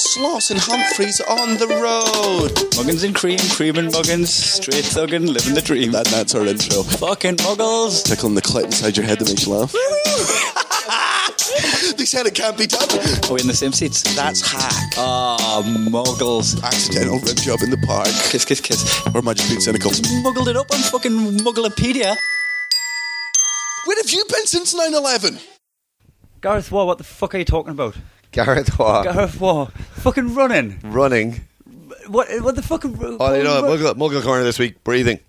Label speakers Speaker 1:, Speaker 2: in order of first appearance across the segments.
Speaker 1: Sloss and Humphreys on the road.
Speaker 2: Muggins and cream, cream and muggins, straight thuggin', living the dream.
Speaker 1: That, that's our intro.
Speaker 2: Fucking muggles.
Speaker 1: Tickling the clit inside your head that makes you laugh. they said it can't be done.
Speaker 2: Are we Oh, in the same seats?
Speaker 1: That's hack.
Speaker 2: Ah, muggles.
Speaker 1: Accidental rib job in the park.
Speaker 2: Kiss, kiss, kiss.
Speaker 1: Or am I just being cynical?
Speaker 2: Muggled it up on fucking Mugglepedia.
Speaker 1: Where have you been since 9 11?
Speaker 2: Gareth War, what the fuck are you talking about?
Speaker 3: Gareth Waugh
Speaker 2: Gareth War, fucking running.
Speaker 3: running.
Speaker 2: What? What the fuck?
Speaker 3: Oh, you know, Muggle, Muggle corner this week. Breathing.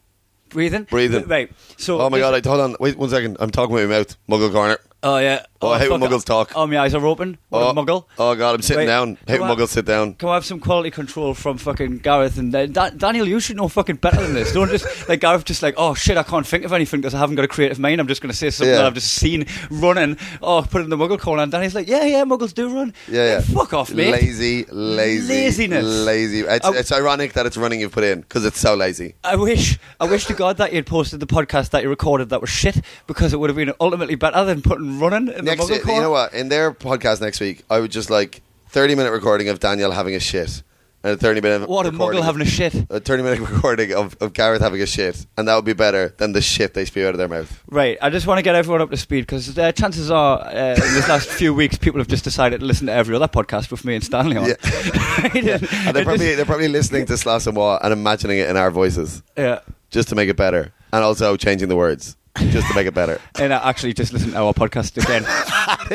Speaker 2: breathing,
Speaker 3: breathing.
Speaker 2: Right. So.
Speaker 3: Oh my god! I, hold on. Wait one second. I'm talking with my mouth. Muggle corner.
Speaker 2: Oh yeah.
Speaker 3: Oh, I hate when
Speaker 2: fuck.
Speaker 3: muggles talk.
Speaker 2: Oh, my eyes are open. What
Speaker 3: Oh
Speaker 2: a muggle.
Speaker 3: Oh god! I'm sitting
Speaker 2: Wait,
Speaker 3: down. Hate
Speaker 2: come
Speaker 3: when
Speaker 2: on.
Speaker 3: muggles sit down.
Speaker 2: Can I have some quality control from fucking Gareth and then da- Daniel? You should know fucking better than this. Don't just like Gareth, just like oh shit, I can't think of anything because I haven't got a creative mind. I'm just going to say something
Speaker 3: Yeah.
Speaker 2: that I've just seen running. Oh, put it in the Muggle corner, and Danny's like, yeah, yeah, Muggles do run.
Speaker 3: Yeah, yeah.
Speaker 2: Fuck off, mate.
Speaker 3: Lazy, lazy,
Speaker 2: Laziness. Oh.
Speaker 3: lazy. It's,
Speaker 2: I-
Speaker 3: it's ironic that it's running you've put in because it's so lazy.
Speaker 2: I wish, I wish to God that you had posted the podcast that you recorded that was shit because it would have been ultimately better than putting running in
Speaker 3: Next,
Speaker 2: the Muggle
Speaker 3: you
Speaker 2: corner.
Speaker 3: know what? In their podcast next week, I would just like thirty minute recording of Daniel having a shit and a thirty minute
Speaker 2: What a
Speaker 3: recording-
Speaker 2: Muggle having a shit.
Speaker 3: a thirty minute recording of, of Gareth having a shit, and that would be better than the shit they spew out of their mouth.
Speaker 2: Right, I just want to get everyone up to speed because uh, chances are, uh, in this last few weeks, people have just decided to listen to every other podcast with me and Stanley on.
Speaker 3: Yeah.
Speaker 2: Right, and-
Speaker 3: And they're
Speaker 2: and
Speaker 3: probably
Speaker 2: just-
Speaker 3: they're probably listening to Sloss and Wah and imagining it in our voices
Speaker 2: yeah.
Speaker 3: just to make it better, and also changing the words just to make it better.
Speaker 2: And I actually just listen to our podcast again.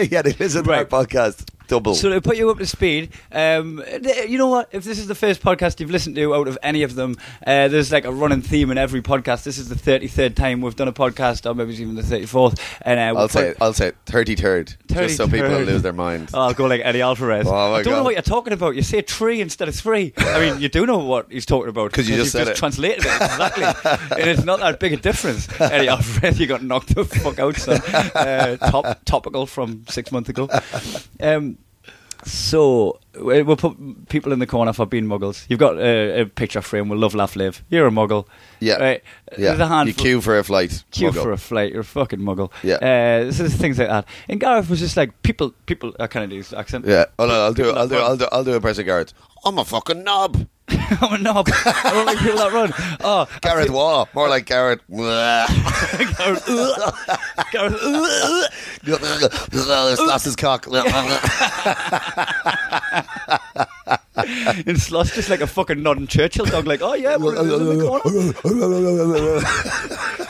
Speaker 3: yeah, they listen to
Speaker 2: Right.
Speaker 3: our podcast double.
Speaker 2: so to put you up to speed, um, th- you know what? If this is the first podcast you've listened to out of any of them, uh, there's like a running theme in every podcast. This is the 33rd time we've done a podcast, or maybe it's even the 34th. And uh,
Speaker 3: I'll
Speaker 2: we'll
Speaker 3: say
Speaker 2: put-
Speaker 3: it. I'll say it. Thirty third, just so people don't
Speaker 2: 33rd.
Speaker 3: lose their minds.
Speaker 2: Oh, I'll go like Eddie Alvarez.
Speaker 3: Oh, my
Speaker 2: I don't know
Speaker 3: God.
Speaker 2: what you're talking about. You say tree instead of three. I mean, you do know what he's talking about
Speaker 3: 'Cause you just
Speaker 2: you've
Speaker 3: said
Speaker 2: just
Speaker 3: it.
Speaker 2: translated it exactly, and it's not that big a difference. Eddie Alvarez, you got knocked the fuck out, son. Uh, top, topical from six months ago. Um, so we- we'll put people in the corner for being muggles. You've got uh, a picture frame. We'll love, laugh, live. You're a muggle.
Speaker 3: Yeah.
Speaker 2: Right. There's a
Speaker 3: yeah, you
Speaker 2: handful-
Speaker 3: queue for a flight.
Speaker 2: queue
Speaker 3: Muggle.
Speaker 2: for a flight. You're a fucking muggle.
Speaker 3: Yeah.
Speaker 2: Uh, so there's things like that. And Gareth was just like people. People. I can't do his accent.
Speaker 3: Yeah. Oh no, I'll do. I'll do.
Speaker 2: People
Speaker 3: I'll
Speaker 2: that
Speaker 3: do. I'll do a press of Gareth. I'm a fucking knob.
Speaker 2: run. I'm a knob. Oh, I don't like people that run. Oh,
Speaker 3: Gareth Waugh. More like Gareth.
Speaker 2: Gareth. ugh. Gareth. ugh.
Speaker 3: Slaps his cock.
Speaker 2: and Sloss just like a fucking nodding Churchill dog. Like, oh yeah, we're in the corner.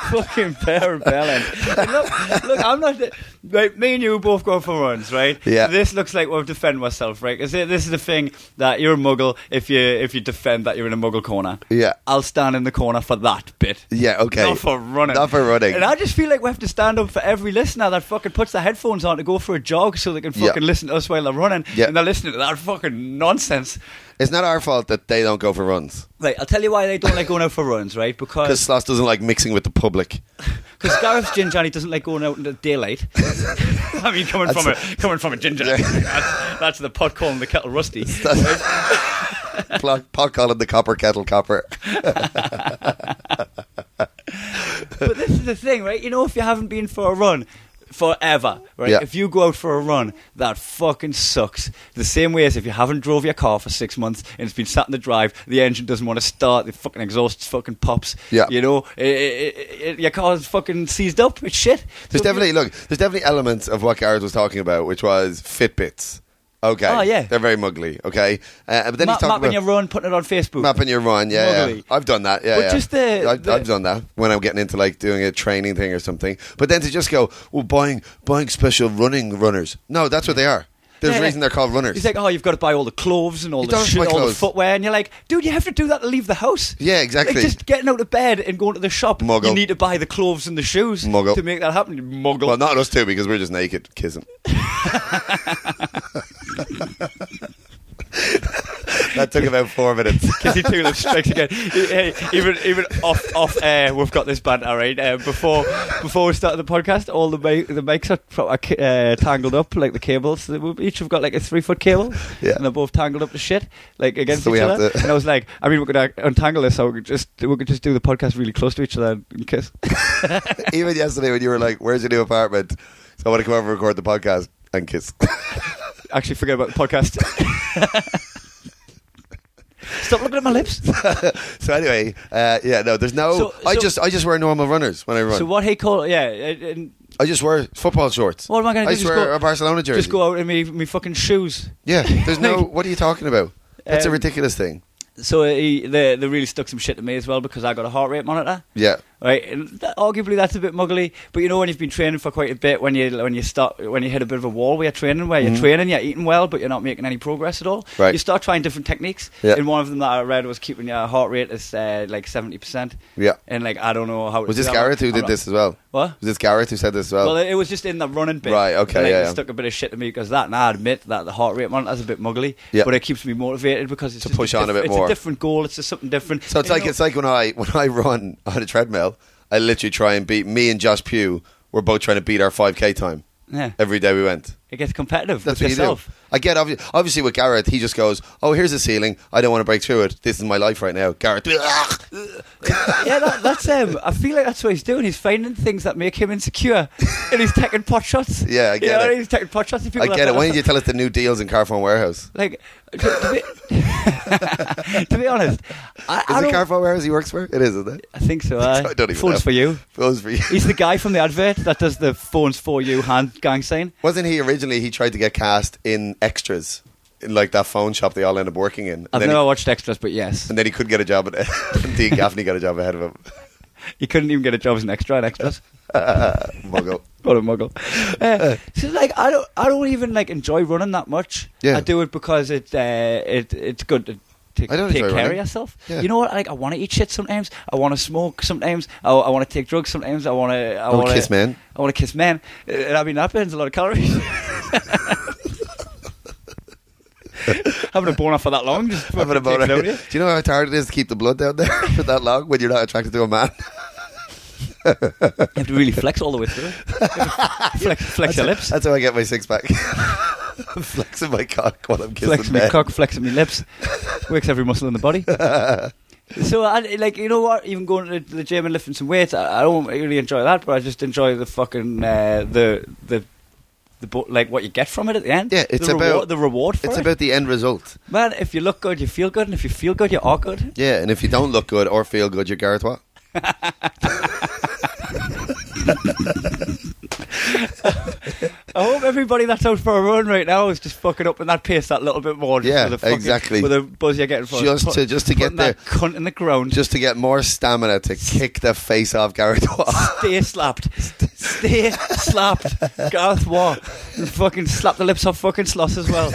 Speaker 2: fucking pair of bellend. And Look, look, I'm not. Right, me and you both go for runs, right?
Speaker 3: Yeah.
Speaker 2: This looks like we'll defend myself, right? 'Cause this is the thing that you're a muggle if you if you defend that you're in a muggle corner.
Speaker 3: Yeah.
Speaker 2: I'll stand in the corner for that bit.
Speaker 3: Yeah. Okay.
Speaker 2: Not for running.
Speaker 3: Not for running.
Speaker 2: And I just feel like we have to stand up for every listener that fucking puts the headphones on to go for a jog so they can
Speaker 3: Yeah.
Speaker 2: fucking listen to us while they're running.
Speaker 3: Yeah.
Speaker 2: And they're listening to that fucking nonsense.
Speaker 3: It's not our fault that they don't go for runs
Speaker 2: Right, I'll tell you why they don't like going out for runs, right?
Speaker 3: because
Speaker 2: Because
Speaker 3: Sloss doesn't like mixing with the public.
Speaker 2: because Gareth's gin Johnny doesn't like going out in the daylight. I mean, coming from a coming from a ginger, that's, that's the pot calling the kettle rusty.
Speaker 3: Pot, pot calling the copper kettle copper.
Speaker 2: but this is the thing, right? You know, if you haven't been for a run forever, right?
Speaker 3: Yeah.
Speaker 2: If you go out for a run, that fucking sucks. The same way as if you haven't drove your car for six months and it's been sat in the drive, the engine doesn't want to start, the fucking exhaust fucking pops.
Speaker 3: Yeah.
Speaker 2: You know, i i i your car's fucking seized up. It's shit.
Speaker 3: There's
Speaker 2: So if you-
Speaker 3: definitely look. There's definitely elements of what Gareth was talking about, which was Fitbits. Okay.
Speaker 2: Oh, yeah.
Speaker 3: They're very muggly. Okay. Uh, but then
Speaker 2: Ma-
Speaker 3: he's talking
Speaker 2: mapping
Speaker 3: about
Speaker 2: your run, putting it on Facebook.
Speaker 3: mapping your run. Yeah, yeah.
Speaker 2: Muggly.
Speaker 3: I've done that. Yeah,
Speaker 2: But
Speaker 3: yeah.
Speaker 2: just the-
Speaker 3: I've,
Speaker 2: the-
Speaker 3: I've done that when I'm getting into like doing a training thing or something. But then to just go, well, buying buying special running runners. No, that's what they are. There's
Speaker 2: Yeah,
Speaker 3: a reason
Speaker 2: yeah.
Speaker 3: they're called runners.
Speaker 2: He's like, oh, you've got to buy all the clothes and all
Speaker 3: You
Speaker 2: the
Speaker 3: don't have to
Speaker 2: shit,
Speaker 3: buy
Speaker 2: all the
Speaker 3: clothes.
Speaker 2: footwear, and you're like, dude, you have to do that to leave the house.
Speaker 3: Yeah,
Speaker 2: Like,
Speaker 3: exactly.
Speaker 2: just getting out of bed and going to the shop,
Speaker 3: Muggle.
Speaker 2: you need to buy the clothes and the shoes
Speaker 3: Muggle.
Speaker 2: to make that happen. you Muggle.
Speaker 3: well, not us two because we're just naked kissing. that took about four minutes.
Speaker 2: Kissy Tulip strikes again. Hey, even even off off air, we've got this banter. Right uh, before before we started the podcast, all the mi- the mics are pro- are ki- uh, tangled up like the cables. We each have got like a three foot cable,
Speaker 3: Yeah.
Speaker 2: and they're both tangled up to shit, like against
Speaker 3: So
Speaker 2: each
Speaker 3: we have
Speaker 2: other.
Speaker 3: to-
Speaker 2: And I was like, I mean, we're gonna untangle this, so we could just we could just do the podcast really close to each other and kiss.
Speaker 3: Even yesterday when you were like, "Where's your new apartment?" So I want to come over and record the podcast and kiss.
Speaker 2: Actually, forget about the podcast. Stop looking at my lips.
Speaker 3: so anyway, uh, yeah, no, there's no.
Speaker 2: So-
Speaker 3: I
Speaker 2: so-
Speaker 3: just I just wear normal runners when I run.
Speaker 2: So what he called, yeah. and- and
Speaker 3: I just wear football shorts.
Speaker 2: What am I gonna do?
Speaker 3: I just
Speaker 2: Just
Speaker 3: wear
Speaker 2: go-
Speaker 3: a Barcelona jersey.
Speaker 2: Just go out in me, me fucking shoes.
Speaker 3: Yeah, there's no.
Speaker 2: Like-
Speaker 3: what are you talking about? That's a
Speaker 2: Um,
Speaker 3: ridiculous thing.
Speaker 2: So he, they, they really stuck some shit to me as well because I got a heart rate monitor.
Speaker 3: Yeah,
Speaker 2: Right, and that, arguably that's a bit muggly, but you know when you've been training for quite a bit, when you when you start when you hit a bit of a wall where you're training, where you're training, you're eating well, but you're not making any progress at all.
Speaker 3: Mm-hmm. Right.
Speaker 2: You start trying different techniques,
Speaker 3: Yeah.
Speaker 2: and one of them that I read was keeping your heart rate as uh, like seventy percent.
Speaker 3: Yeah.
Speaker 2: and like I don't know how. to
Speaker 3: was
Speaker 2: do
Speaker 3: this
Speaker 2: that.
Speaker 3: Gareth who
Speaker 2: I'm
Speaker 3: did
Speaker 2: not-
Speaker 3: this as well?
Speaker 2: What?
Speaker 3: Was this Gareth who said this as well?
Speaker 2: Well, it was just in the running bit.
Speaker 3: Oh. Right, okay,
Speaker 2: And, like,
Speaker 3: yeah,
Speaker 2: it
Speaker 3: yeah.
Speaker 2: stuck a bit of shit to me because that, and I admit that the heart rate monitor's a bit muggly,
Speaker 3: Yeah.
Speaker 2: but it keeps me motivated because it's
Speaker 3: To
Speaker 2: just
Speaker 3: push on a
Speaker 2: diff-
Speaker 3: bit
Speaker 2: it's
Speaker 3: more.
Speaker 2: a different goal. It's just something different.
Speaker 3: so it's
Speaker 2: And,
Speaker 3: like
Speaker 2: you
Speaker 3: it's like when I when I run on a treadmill, I literally try and beat me and Josh Pugh. We're both trying to beat our 5K time
Speaker 2: know, yeah,
Speaker 3: every day we went.
Speaker 2: it gets competitive
Speaker 3: That's
Speaker 2: with
Speaker 3: what
Speaker 2: yourself.
Speaker 3: you do. I get obviously, obviously with Gareth, he just goes, "Oh, here's a ceiling. I don't want to break through it. This is my life right now." Gareth,
Speaker 2: yeah, that, that's um. I feel like that's what he's doing. He's finding things that make him insecure, and he's taking pot shots.
Speaker 3: Yeah, I
Speaker 2: You
Speaker 3: get
Speaker 2: know,
Speaker 3: it.
Speaker 2: He's taking pot shots. at people
Speaker 3: I
Speaker 2: that
Speaker 3: get it.
Speaker 2: thought-
Speaker 3: Why did you tell us the new deals in Carphone Warehouse?
Speaker 2: Like, to, to be, to be honest, I,
Speaker 3: Is
Speaker 2: I,
Speaker 3: it
Speaker 2: don't,
Speaker 3: Carphone Warehouse he works for? It is, isn't it?
Speaker 2: I think so. Uh,
Speaker 3: I don't even
Speaker 2: phones
Speaker 3: know.
Speaker 2: for you.
Speaker 3: Phones for you.
Speaker 2: He's the guy from the advert that does the phones for you hand gang sign.
Speaker 3: Wasn't he originally? He tried to get cast in extras, in like that phone shop they all end up working in. And
Speaker 2: I've
Speaker 3: then,
Speaker 2: never
Speaker 3: he,
Speaker 2: watched extras, but yes,
Speaker 3: and then he couldn't get a job. At, and Dean Gaffney got a job ahead of him.
Speaker 2: you couldn't even get a job as an extra in extras.
Speaker 3: Muggle.
Speaker 2: What a muggle. Uh, so like I don't I don't even like enjoy running that much.
Speaker 3: Yeah.
Speaker 2: I do it because it uh, it it's good to take,
Speaker 3: I don't
Speaker 2: take
Speaker 3: enjoy
Speaker 2: care of
Speaker 3: running.
Speaker 2: yourself.
Speaker 3: Yeah.
Speaker 2: You know what? Like I want to eat shit sometimes. I want to smoke sometimes. I, I want to take drugs sometimes. I want to I
Speaker 3: wanna
Speaker 2: want to
Speaker 3: kiss men.
Speaker 2: I want to kiss men. Uh, And I mean that burns a lot of calories. Having a boner for that long just
Speaker 3: Having a
Speaker 2: fucking takes
Speaker 3: boner.
Speaker 2: it out of
Speaker 3: Do
Speaker 2: you.
Speaker 3: you know how hard it is to keep the blood down there for that long when you're not attracted to a man?
Speaker 2: You have to really flex all the way through. flex flex your lips.
Speaker 3: That's how I get my six pack. I'm flexing my cock while I'm kissing
Speaker 2: flexing my
Speaker 3: men.
Speaker 2: cock, flexing my lips, works every muscle in the body. so, I, like, you know what? Even going to the gym and lifting some weights, I, I don't really enjoy that, but I just enjoy the fucking uh, the the the bo- like what you get from it at the end.
Speaker 3: Yeah, it's
Speaker 2: the
Speaker 3: about-
Speaker 2: reward, the reward for
Speaker 3: It's
Speaker 2: it.
Speaker 3: about the end result.
Speaker 2: Man, if you look good, you feel good, and if you feel good, you are good.
Speaker 3: Yeah, and if you don't look good or feel good, you're Gareth Watt.
Speaker 2: I hope everybody that's out for a run right now is just fucking up in that pace that little bit more. just
Speaker 3: Yeah,
Speaker 2: with the fucking-
Speaker 3: exactly.
Speaker 2: With the buzz you're getting for it.
Speaker 3: Just to- just to get
Speaker 2: putting that
Speaker 3: there.
Speaker 2: cunt in the ground.
Speaker 3: Just to get more stamina to kick the face off Gareth Watt.
Speaker 2: Stay slapped. Stay slapped. Garth War. And fucking slap the lips off fucking Sloss as well.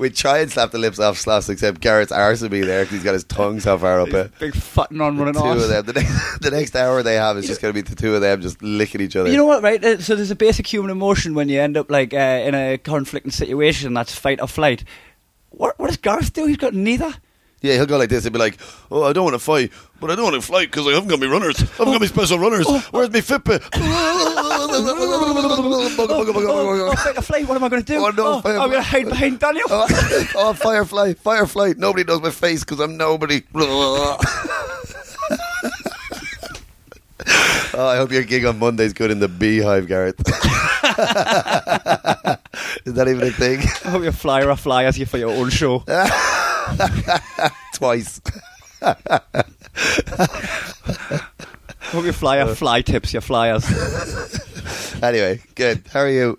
Speaker 3: We try and slap the lips off Sloss, except Garrett's arse will be there because he's got his tongue so far up it.
Speaker 2: Big fat non running
Speaker 3: Two
Speaker 2: arse.
Speaker 3: of them. The next, the next hour they have is just going to be the two of them just licking each other.
Speaker 2: You know what, right? Uh, So there's a basic human emotion when you end up like uh, in a conflicting situation. That's fight or flight. What, what does Garth do? He's got neither.
Speaker 3: yeah, he'll go like this. He'll be like, "Oh, I don't want to fight, but I don't want to fight because I haven't got my runners. I haven't got my special runners. Where's my Fitbit?"
Speaker 2: Oh, oh, fight or flight. What am I going to do?
Speaker 3: Oh, no, fight or
Speaker 2: I'm going to
Speaker 3: flight.
Speaker 2: hide behind Daniel.
Speaker 3: oh, oh, firefly, firefly. Nobody knows my face because I'm nobody. oh, I hope your gig on Monday's good in the beehive, Garrett. Is that even a thing?
Speaker 2: I hope you're flyer or fly as you for your own show.
Speaker 3: Twice.
Speaker 2: I hope you fly or fly tips your flyers.
Speaker 3: Anyway, good. How are you?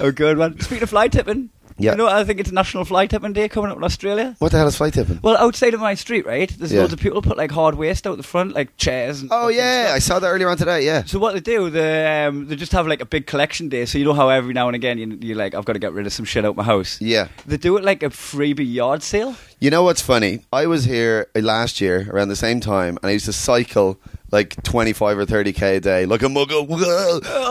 Speaker 2: Oh, good one. Speaking of fly tipping,
Speaker 3: Yeah.
Speaker 2: you know, I think it's National Fly Tipping Day coming up in Australia.
Speaker 3: What the hell is fly tipping?
Speaker 2: Well, outside of my street, right? There's
Speaker 3: Yeah.
Speaker 2: loads of people put like hard waste out the front, like chairs. And
Speaker 3: Oh
Speaker 2: fucking
Speaker 3: yeah, I
Speaker 2: stuff.
Speaker 3: saw that earlier on today. Yeah.
Speaker 2: So what they do, they um, they just have like a big collection day. So you know how every now and again you you like I've got to get rid of some shit out my house.
Speaker 3: Yeah.
Speaker 2: They do it like a freebie yard sale.
Speaker 3: You know what's funny? I was here uh, last year around the same time, and I used to cycle like twenty-five or thirty k a day, like a muggle.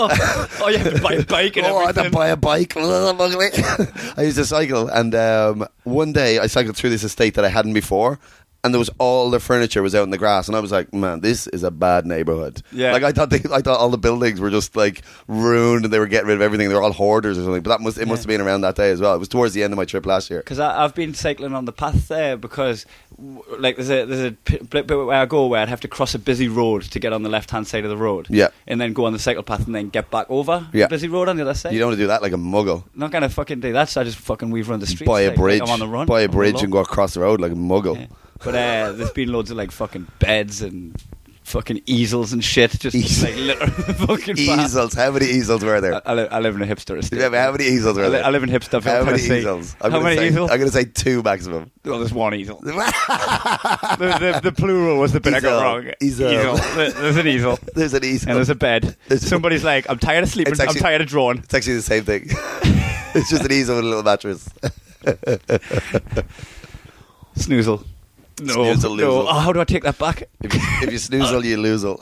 Speaker 2: Oh, oh, you have to buy a bike and
Speaker 3: oh, I had to
Speaker 2: everything.
Speaker 3: buy a bike. I used to cycle, and um, one day I cycled through this estate that I hadn't before. and there was all the furniture was out in the grass, and I was like, man, this is a bad neighborhood.
Speaker 2: Yeah.
Speaker 3: Like I thought, they, I thought all the buildings were just like ruined, and they were getting rid of everything. They were all hoarders or something. But that must it must have been around that day as well. It was towards the end of my trip last year.
Speaker 2: Because I've been cycling on the path there because, w- like, there's a there's a p- bit bit where I go where I'd have to cross a busy road to get on the left hand side of the road.
Speaker 3: Yeah.
Speaker 2: And then go on the cycle path and then get back over
Speaker 3: Yeah.
Speaker 2: the busy road on the other side.
Speaker 3: You don't want to do that like a muggle.
Speaker 2: not gonna fucking do that. So I just fucking weave around the street.
Speaker 3: Buy a
Speaker 2: like, like
Speaker 3: bridge,
Speaker 2: I'm on the run.
Speaker 3: buy a
Speaker 2: I'm on the
Speaker 3: bridge,
Speaker 2: low.
Speaker 3: and go across the road like a muggle.
Speaker 2: Yeah. But uh, there's been loads of like fucking beds and fucking easels and shit. Just
Speaker 3: Easel.
Speaker 2: like litter fucking
Speaker 3: Easels, how many easels were there?
Speaker 2: I, I, live, I live in a hipster estate.
Speaker 3: Yeah, but how many easels
Speaker 2: Uh, I
Speaker 3: are
Speaker 2: li-
Speaker 3: there?
Speaker 2: I live in hipster
Speaker 3: How many
Speaker 2: Tennessee.
Speaker 3: easels? I'm
Speaker 2: How
Speaker 3: gonna
Speaker 2: many
Speaker 3: say,
Speaker 2: easels?
Speaker 3: I'm going to say two maximum.
Speaker 2: Well, there's one easel. the, the, the plural was the bit I
Speaker 3: Easel.
Speaker 2: got wrong.
Speaker 3: Easel.
Speaker 2: There- There's an easel.
Speaker 3: There's an easel.
Speaker 2: And there's a bed.
Speaker 3: There's-
Speaker 2: Somebody's like, I'm tired of sleeping.
Speaker 3: It's actually-
Speaker 2: I'm tired of drawing.
Speaker 3: It's actually the same thing. it's just an easel with a little mattress.
Speaker 2: Snoozle. No.
Speaker 3: Snoozle,
Speaker 2: no.
Speaker 3: loozle.
Speaker 2: Oh, how do I take that back?
Speaker 3: If you, if you snooze all, you lose all.
Speaker 2: so,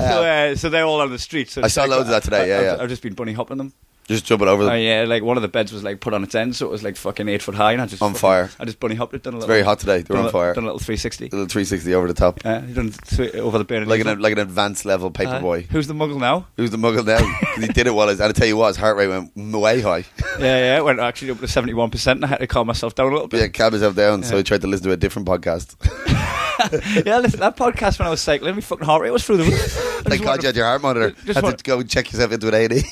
Speaker 2: uh, so they're all on the street. So
Speaker 3: I
Speaker 2: it's
Speaker 3: saw loads of that today,
Speaker 2: I-
Speaker 3: yeah,
Speaker 2: I've,
Speaker 3: yeah.
Speaker 2: I've just been bunny hopping them.
Speaker 3: Just jumping over
Speaker 2: Oh
Speaker 3: them.
Speaker 2: yeah, like one of the beds was like put on its end, so it was like fucking eight foot high, and I just
Speaker 3: On
Speaker 2: fucking-
Speaker 3: fire.
Speaker 2: I just bunny hopped it. Done a little.
Speaker 3: very hot today. They were
Speaker 2: done
Speaker 3: on
Speaker 2: a-
Speaker 3: fire.
Speaker 2: Done a little three sixty.
Speaker 3: little 360 over the top.
Speaker 2: Uh, you done th- over the burning.
Speaker 3: Like an, like an advanced level paper boy.
Speaker 2: Who's the muggle now?
Speaker 3: Who's the muggle now? 'Cause he did it while his, and I tell you what, his heart rate went m- way high.
Speaker 2: yeah, yeah. It went actually up to seventy one percent, and I had to calm myself down a little
Speaker 3: But yeah,
Speaker 2: bit.
Speaker 3: calmed himself down, so
Speaker 2: Yeah.
Speaker 3: he tried to listen to a different podcast.
Speaker 2: Yeah, listen, that podcast when I was cycling, my fucking heart rate was through the roof. I
Speaker 3: Thank
Speaker 2: just
Speaker 3: God
Speaker 2: wanted
Speaker 3: you had your heart monitor.
Speaker 2: Just
Speaker 3: Had
Speaker 2: wanted-
Speaker 3: to go and check yourself into an 80.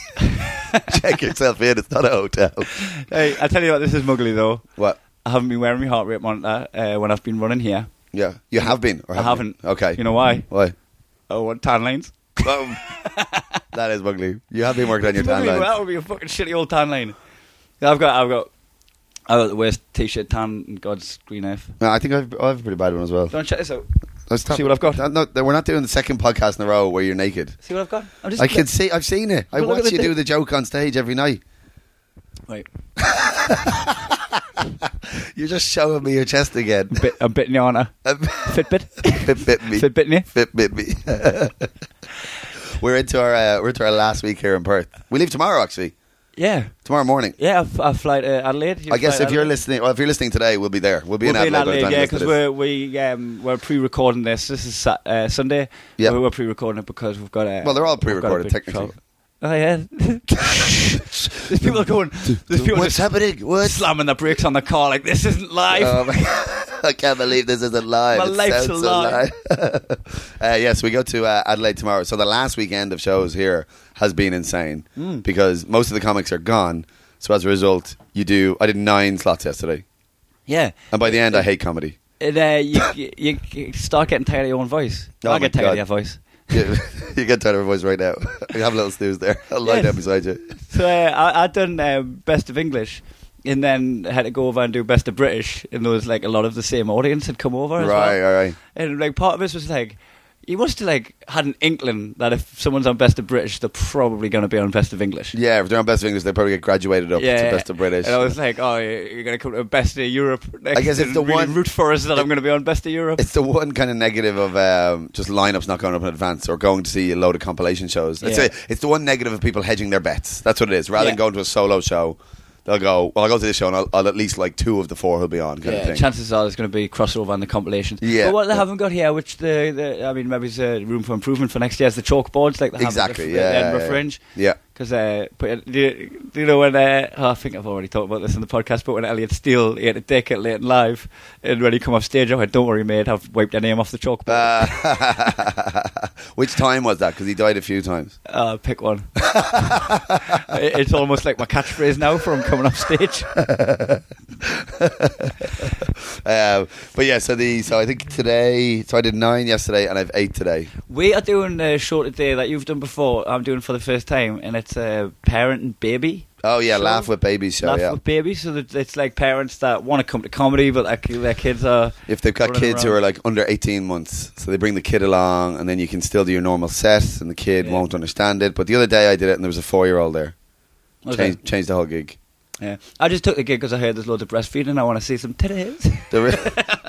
Speaker 3: check yourself in. It's not a hotel.
Speaker 2: to- Hey, I tell you what, this is muggly though.
Speaker 3: What?
Speaker 2: I haven't been wearing my heart rate monitor uh, when I've been running here.
Speaker 3: Yeah, you have been. Or
Speaker 2: I haven't.
Speaker 3: haven't you? Okay.
Speaker 2: You know why?
Speaker 3: Why?
Speaker 2: Oh, what tan lines?
Speaker 3: Boom. that is ugly. You have been working on your
Speaker 2: It's
Speaker 3: tan
Speaker 2: gonna be- That
Speaker 3: line.
Speaker 2: would be a fucking shitty old tan line. Yeah, I've got, I've got, I've got the worst t-shirt tan in God's green earth.
Speaker 3: No, I think I've, I have a pretty bad one as well.
Speaker 2: Don't check this out.
Speaker 3: Let's stop.
Speaker 2: see what I've got.
Speaker 3: No, no, we're not doing the second podcast in a row where you're naked.
Speaker 2: See what I've got? I'm just.
Speaker 3: I can see. I've seen it. I
Speaker 2: But look at
Speaker 3: watch
Speaker 2: the
Speaker 3: you do
Speaker 2: thing.
Speaker 3: the joke on stage every night.
Speaker 2: Wait,
Speaker 3: You're just showing me your chest again.
Speaker 2: bit, I'm bitten you on a Fitbit.
Speaker 3: Fitbit me.
Speaker 2: Fitbit me.
Speaker 3: Fitbit me. we're into our uh, we're into our last week here in Perth. We leave tomorrow actually.
Speaker 2: Yeah,
Speaker 3: Tomorrow morning.
Speaker 2: yeah. I, f- I fly to Adelaide. You
Speaker 3: I guess
Speaker 2: fly to
Speaker 3: if you're
Speaker 2: Adelaide?
Speaker 3: listening, well, if you're listening today, we'll be there. We'll be
Speaker 2: We'll
Speaker 3: in Adelaide. by the time you
Speaker 2: yeah,
Speaker 3: listen to
Speaker 2: because
Speaker 3: this.
Speaker 2: we're we um, we're pre-recording this. This is Sa- uh, Sunday.
Speaker 3: Yeah.
Speaker 2: we're, we're pre-recording it because we've got. Uh,
Speaker 3: Well, they're all
Speaker 2: we've got a
Speaker 3: pre-recorded,
Speaker 2: big
Speaker 3: technically.
Speaker 2: trial. Oh yeah. there's people going. There's people
Speaker 3: What's
Speaker 2: just
Speaker 3: happening? What's
Speaker 2: slamming the brakes on the car like this isn't live.
Speaker 3: Oh my- I can't believe this isn't live.
Speaker 2: My
Speaker 3: It
Speaker 2: life's
Speaker 3: sounds
Speaker 2: a
Speaker 3: so
Speaker 2: lie.
Speaker 3: live. uh, yes, we go to uh, Adelaide tomorrow. So the last weekend of shows here has been insane
Speaker 2: Hmm.
Speaker 3: because most of the comics are gone. So as a result, you do. I did nine slots yesterday,
Speaker 2: yeah.
Speaker 3: and by the end, I hate comedy.
Speaker 2: And uh, you, you, you start getting tired of your own voice.
Speaker 3: Oh
Speaker 2: I
Speaker 3: my
Speaker 2: get tired
Speaker 3: God.
Speaker 2: of your voice.
Speaker 3: you get tired of my voice right now. You have a little snooze there. I'll lie
Speaker 2: Yes.
Speaker 3: down beside you.
Speaker 2: So uh, I, I done uh, Best of English and then had to go over and do Best of British. And there was like a lot of the same audience had come over. As
Speaker 3: Right,
Speaker 2: well.
Speaker 3: all right.
Speaker 2: And like part of us was like, you must have like had an inkling that if someone's on Best of British, they're probably going to be on Best of English.
Speaker 3: Yeah, if they're on Best of English, they probably get graduated up to Best of British.
Speaker 2: And I was like, oh, you're going to come to Best of Europe next.
Speaker 3: I guess it's
Speaker 2: and
Speaker 3: the
Speaker 2: really
Speaker 3: one-
Speaker 2: root for us that I'm going to be on Best of Europe.
Speaker 3: It's the one kind of negative of um, just lineups not going up in advance or going to see a load of compilation shows. It's,
Speaker 2: Yeah.
Speaker 3: it's the one negative of people hedging their bets. That's what it is. Rather than
Speaker 2: Yeah.
Speaker 3: going to a solo show, they'll go, well, I'll go to this show and I'll, I'll at least like two of the four who'll be on kind
Speaker 2: Yeah,
Speaker 3: of thing.
Speaker 2: chances are there's going to be crossover on the compilations.
Speaker 3: Yeah.
Speaker 2: but what they
Speaker 3: Yeah.
Speaker 2: haven't got here, which the, the I mean, maybe there's uh, room for improvement for next year, is the chalkboards like they
Speaker 3: Exactly,
Speaker 2: have at the,
Speaker 3: yeah,
Speaker 2: the Edinburgh
Speaker 3: yeah, yeah.
Speaker 2: Fringe.
Speaker 3: Yeah.
Speaker 2: Because, uh, but do you, do you know when? Uh, oh, I think I've already talked about this in the podcast. But when Elliot Steele ate a dick at Leighton Live, and when he come off stage, I went, "Don't worry, mate, I've wiped their name off the chalkboard."
Speaker 3: Uh, which time was that? Because he died a few times.
Speaker 2: Uh, pick one. It- it's almost like my catchphrase now from coming off stage.
Speaker 3: Um, but yeah, so the so I think today, so I did nine yesterday and I've eight today.
Speaker 2: We are doing a show today that you've done before. I'm doing for the first time, and it's uh, parent and baby.
Speaker 3: Oh yeah,
Speaker 2: Show?
Speaker 3: laugh with babies show.
Speaker 2: Laugh
Speaker 3: yeah,
Speaker 2: with babies. So that it's like parents that want to come to comedy, but like their kids are.
Speaker 3: If they've got
Speaker 2: running
Speaker 3: kids who
Speaker 2: around.
Speaker 3: are like under 18 months, so they bring the kid along and then you can still do your normal set and the kid
Speaker 2: Yeah.
Speaker 3: won't understand it. But the other day I did it and there was a four year old there.
Speaker 2: Okay.
Speaker 3: Changed, changed the whole gig.
Speaker 2: Yeah. I just took the gig because I heard there's loads of breastfeeding. and I want to see some titties.
Speaker 3: There is,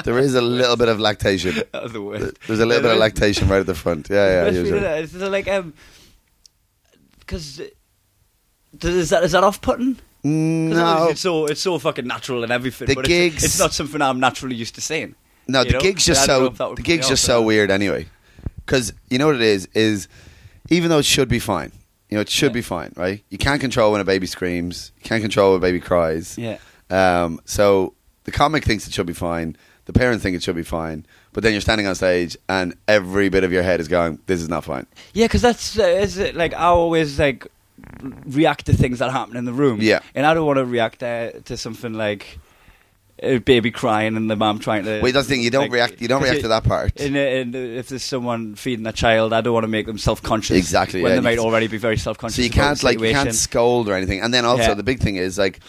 Speaker 3: there is a little bit of lactation.
Speaker 2: that was the worst.
Speaker 3: There's a little bit of
Speaker 2: Breastfeeding-
Speaker 3: lactation right at the front. Yeah, yeah.
Speaker 2: breastfeeding,
Speaker 3: usually.
Speaker 2: uh, It's like um, because is that is that off putting?
Speaker 3: No,
Speaker 2: It's so it's so fucking natural and everything.
Speaker 3: The
Speaker 2: but it's-
Speaker 3: gigs-
Speaker 2: It's, not something I'm naturally used to saying.
Speaker 3: No,
Speaker 2: you
Speaker 3: the
Speaker 2: know?
Speaker 3: gig's
Speaker 2: I
Speaker 3: just
Speaker 2: don't know
Speaker 3: so
Speaker 2: if that would
Speaker 3: the
Speaker 2: put me
Speaker 3: gig's
Speaker 2: off
Speaker 3: just
Speaker 2: or
Speaker 3: so
Speaker 2: not.
Speaker 3: weird anyway. Because you know what it is is, even though it should be fine, you know it should be fine, right? You can't control when a baby screams. You can't control when a baby cries.
Speaker 2: Yeah.
Speaker 3: Um, so the comic thinks it should be fine. The parents think it should be fine. But then you're standing on stage and every bit of your head is going, "This is not fine."
Speaker 2: Yeah, because that's uh, is it, like I always like react to things that happen in the room.
Speaker 3: Yeah.
Speaker 2: and I don't want to react uh, to something like a baby crying and the mom trying to.
Speaker 3: Well, that's the thing. You don't
Speaker 2: like,
Speaker 3: react. You don't
Speaker 2: 'cause
Speaker 3: react
Speaker 2: it-
Speaker 3: to that part.
Speaker 2: And, uh, and uh, if there's someone feeding a child, I don't want to make them self-conscious.
Speaker 3: Exactly,
Speaker 2: when
Speaker 3: yeah,
Speaker 2: they
Speaker 3: you
Speaker 2: might
Speaker 3: can-
Speaker 2: already be very self-conscious.
Speaker 3: So you
Speaker 2: about
Speaker 3: can't
Speaker 2: the
Speaker 3: like you can't
Speaker 2: situation.
Speaker 3: scold or anything. And then also
Speaker 2: Yeah.
Speaker 3: the big thing is like,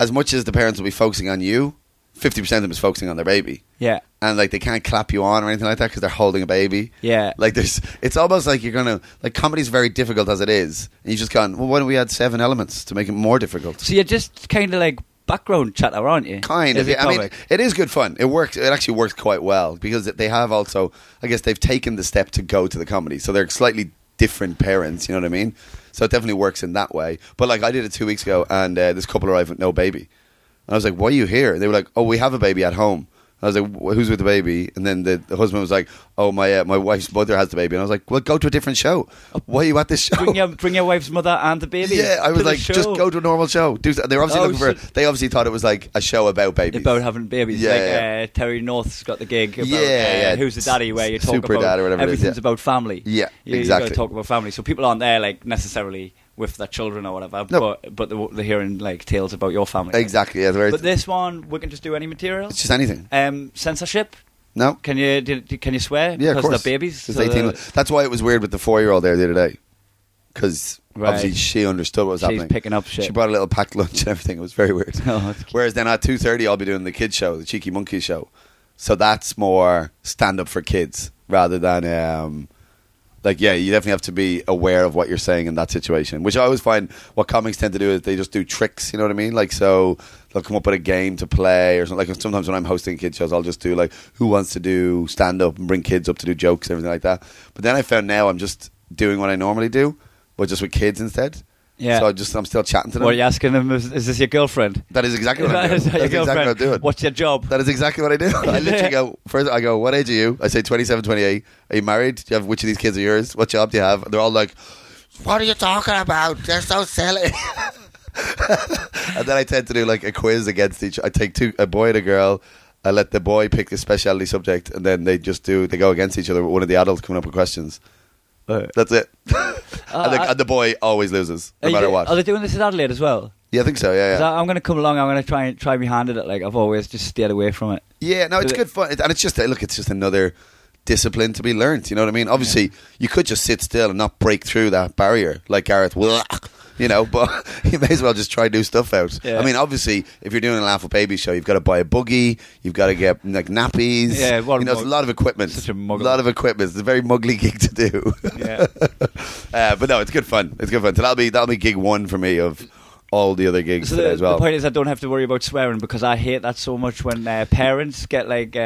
Speaker 3: as much as the parents will be focusing on you, fifty percent of them is focusing on their baby,
Speaker 2: Yeah,
Speaker 3: and like they can't clap you on or anything like that because they're holding a baby.
Speaker 2: yeah.
Speaker 3: Like there's, it's almost like you're gonna like comedy's very difficult as it is, and you've just gone. Well, why don't we add seven elements to make it more difficult?
Speaker 2: so you're just kind of like background chatter, aren't you?
Speaker 3: Kind
Speaker 2: As
Speaker 3: of.
Speaker 2: a
Speaker 3: yeah. I mean,
Speaker 2: comic.
Speaker 3: it is good fun. It works. It actually works quite well because they have also, I guess, they've taken the step to go to the comedy, so they're slightly different parents. You know what I mean? So it definitely works in that way. But like, I did it two weeks ago, and uh, this couple arrived with no baby, and I was like, "Why are you here?" And they were like, "Oh, we have a baby at home." I was like, "Wh- "Who's with the baby?" And then the, the husband was like, "Oh, my uh, my wife's mother has the baby." And I was like, "Well, go to a different show. Why are you at this show?"
Speaker 2: bring your bring your wife's mother and the baby.
Speaker 3: Yeah, I
Speaker 2: to
Speaker 3: was
Speaker 2: the
Speaker 3: like, just
Speaker 2: show.
Speaker 3: go to a normal show. Do they're obviously
Speaker 2: Oh,
Speaker 3: looking for.
Speaker 2: shit.
Speaker 3: They obviously thought it was like a show about babies.
Speaker 2: about having babies.
Speaker 3: Yeah,
Speaker 2: like
Speaker 3: yeah.
Speaker 2: Uh, Terry North's got the gig. About,
Speaker 3: Yeah,
Speaker 2: uh,
Speaker 3: yeah.
Speaker 2: Who's the daddy? Where you talk
Speaker 3: Super
Speaker 2: about
Speaker 3: Dad or whatever it is,
Speaker 2: everything's
Speaker 3: yeah.
Speaker 2: about family.
Speaker 3: Yeah,
Speaker 2: You- you
Speaker 3: exactly.
Speaker 2: gotta talk about family. So people aren't there like necessarily with their children or whatever.
Speaker 3: No.
Speaker 2: But but they're, they're hearing like tales about your family.
Speaker 3: exactly. Yeah, they're very,
Speaker 2: But this one, we can just do any material.
Speaker 3: it's just anything.
Speaker 2: Um, censorship.
Speaker 3: No.
Speaker 2: Can you did, can you swear?
Speaker 3: Yeah, of
Speaker 2: because
Speaker 3: course.
Speaker 2: they're babies.
Speaker 3: It's
Speaker 2: so uh,
Speaker 3: 18
Speaker 2: they're-
Speaker 3: That's why it was weird with the four-year-old there the other day, because
Speaker 2: Right.
Speaker 3: obviously she understood what was
Speaker 2: She's
Speaker 3: happening.
Speaker 2: picking up shit.
Speaker 3: She brought a little packed lunch and everything. It was very weird.
Speaker 2: Oh, that's cute.
Speaker 3: Whereas then at two thirty, I'll be doing the kids show, the Cheeky Monkey show. So that's more stand up for kids rather than um, like yeah, you definitely have to be aware of what you're saying in that situation. Which I always find what comics tend to do is they just do tricks. You know what I mean? Like so they'll come up with a game to play or something. Like sometimes when I'm hosting kids shows, I'll just do like who wants to do stand up and bring kids up to do jokes and everything like that. But then I found now I'm just doing what I normally do, but just with kids instead.
Speaker 2: Yeah.
Speaker 3: So I just I'm still chatting to them.
Speaker 2: What are you asking them? Is, is this your girlfriend?
Speaker 3: That is exactly what I'm doing.
Speaker 2: Is that your
Speaker 3: That's exactly
Speaker 2: girlfriend?
Speaker 3: what I'm doing.
Speaker 2: What's your job?
Speaker 3: That is exactly what I do. I literally go first. I go, "What age are you?" I say, "27, 28." Are you married? Do you have which of these kids are yours? What job do you have? And they're all like, "What are you talking about? They're so silly." and then I tend to do like a quiz against each. I take two, a boy and a girl. I let the boy pick the specialty subject, and then they just do. They go against each other. with One of the adults coming up with questions. That's it. and, the,
Speaker 2: Uh, I-
Speaker 3: and the boy always loses,
Speaker 2: Are
Speaker 3: no
Speaker 2: you-
Speaker 3: matter what.
Speaker 2: Are they doing this in Adelaide as well?
Speaker 3: yeah, I think so. Yeah, yeah.
Speaker 2: 'Cause I- I'm going to come along. I'm going to try and try my hand at it. Like I've always just steered away from it.
Speaker 3: Yeah, no, it's
Speaker 2: Is it-
Speaker 3: good fun, It- and it's just uh, look, it's just another discipline to be learnt. You know what I mean? Obviously, you could just sit still and not break through that barrier, like Gareth. will, You know, but you may as well just try new stuff out.
Speaker 2: Yeah.
Speaker 3: I mean, obviously, if you're doing a laugh with baby show, you've got to buy a buggy, you've got to get like nappies.
Speaker 2: Yeah,
Speaker 3: you
Speaker 2: what
Speaker 3: know,
Speaker 2: a
Speaker 3: it's a
Speaker 2: mug-
Speaker 3: lot of equipment.
Speaker 2: such a muggle.
Speaker 3: lot of equipment. It's a very muggly gig to do.
Speaker 2: Yeah.
Speaker 3: uh, but no, it's good fun. It's good fun. So that'll be that'll be gig one for me of all the other gigs
Speaker 2: So
Speaker 3: today
Speaker 2: the,
Speaker 3: as well.
Speaker 2: the point is, I don't have to worry about swearing because I hate that so much when uh, parents get like uh,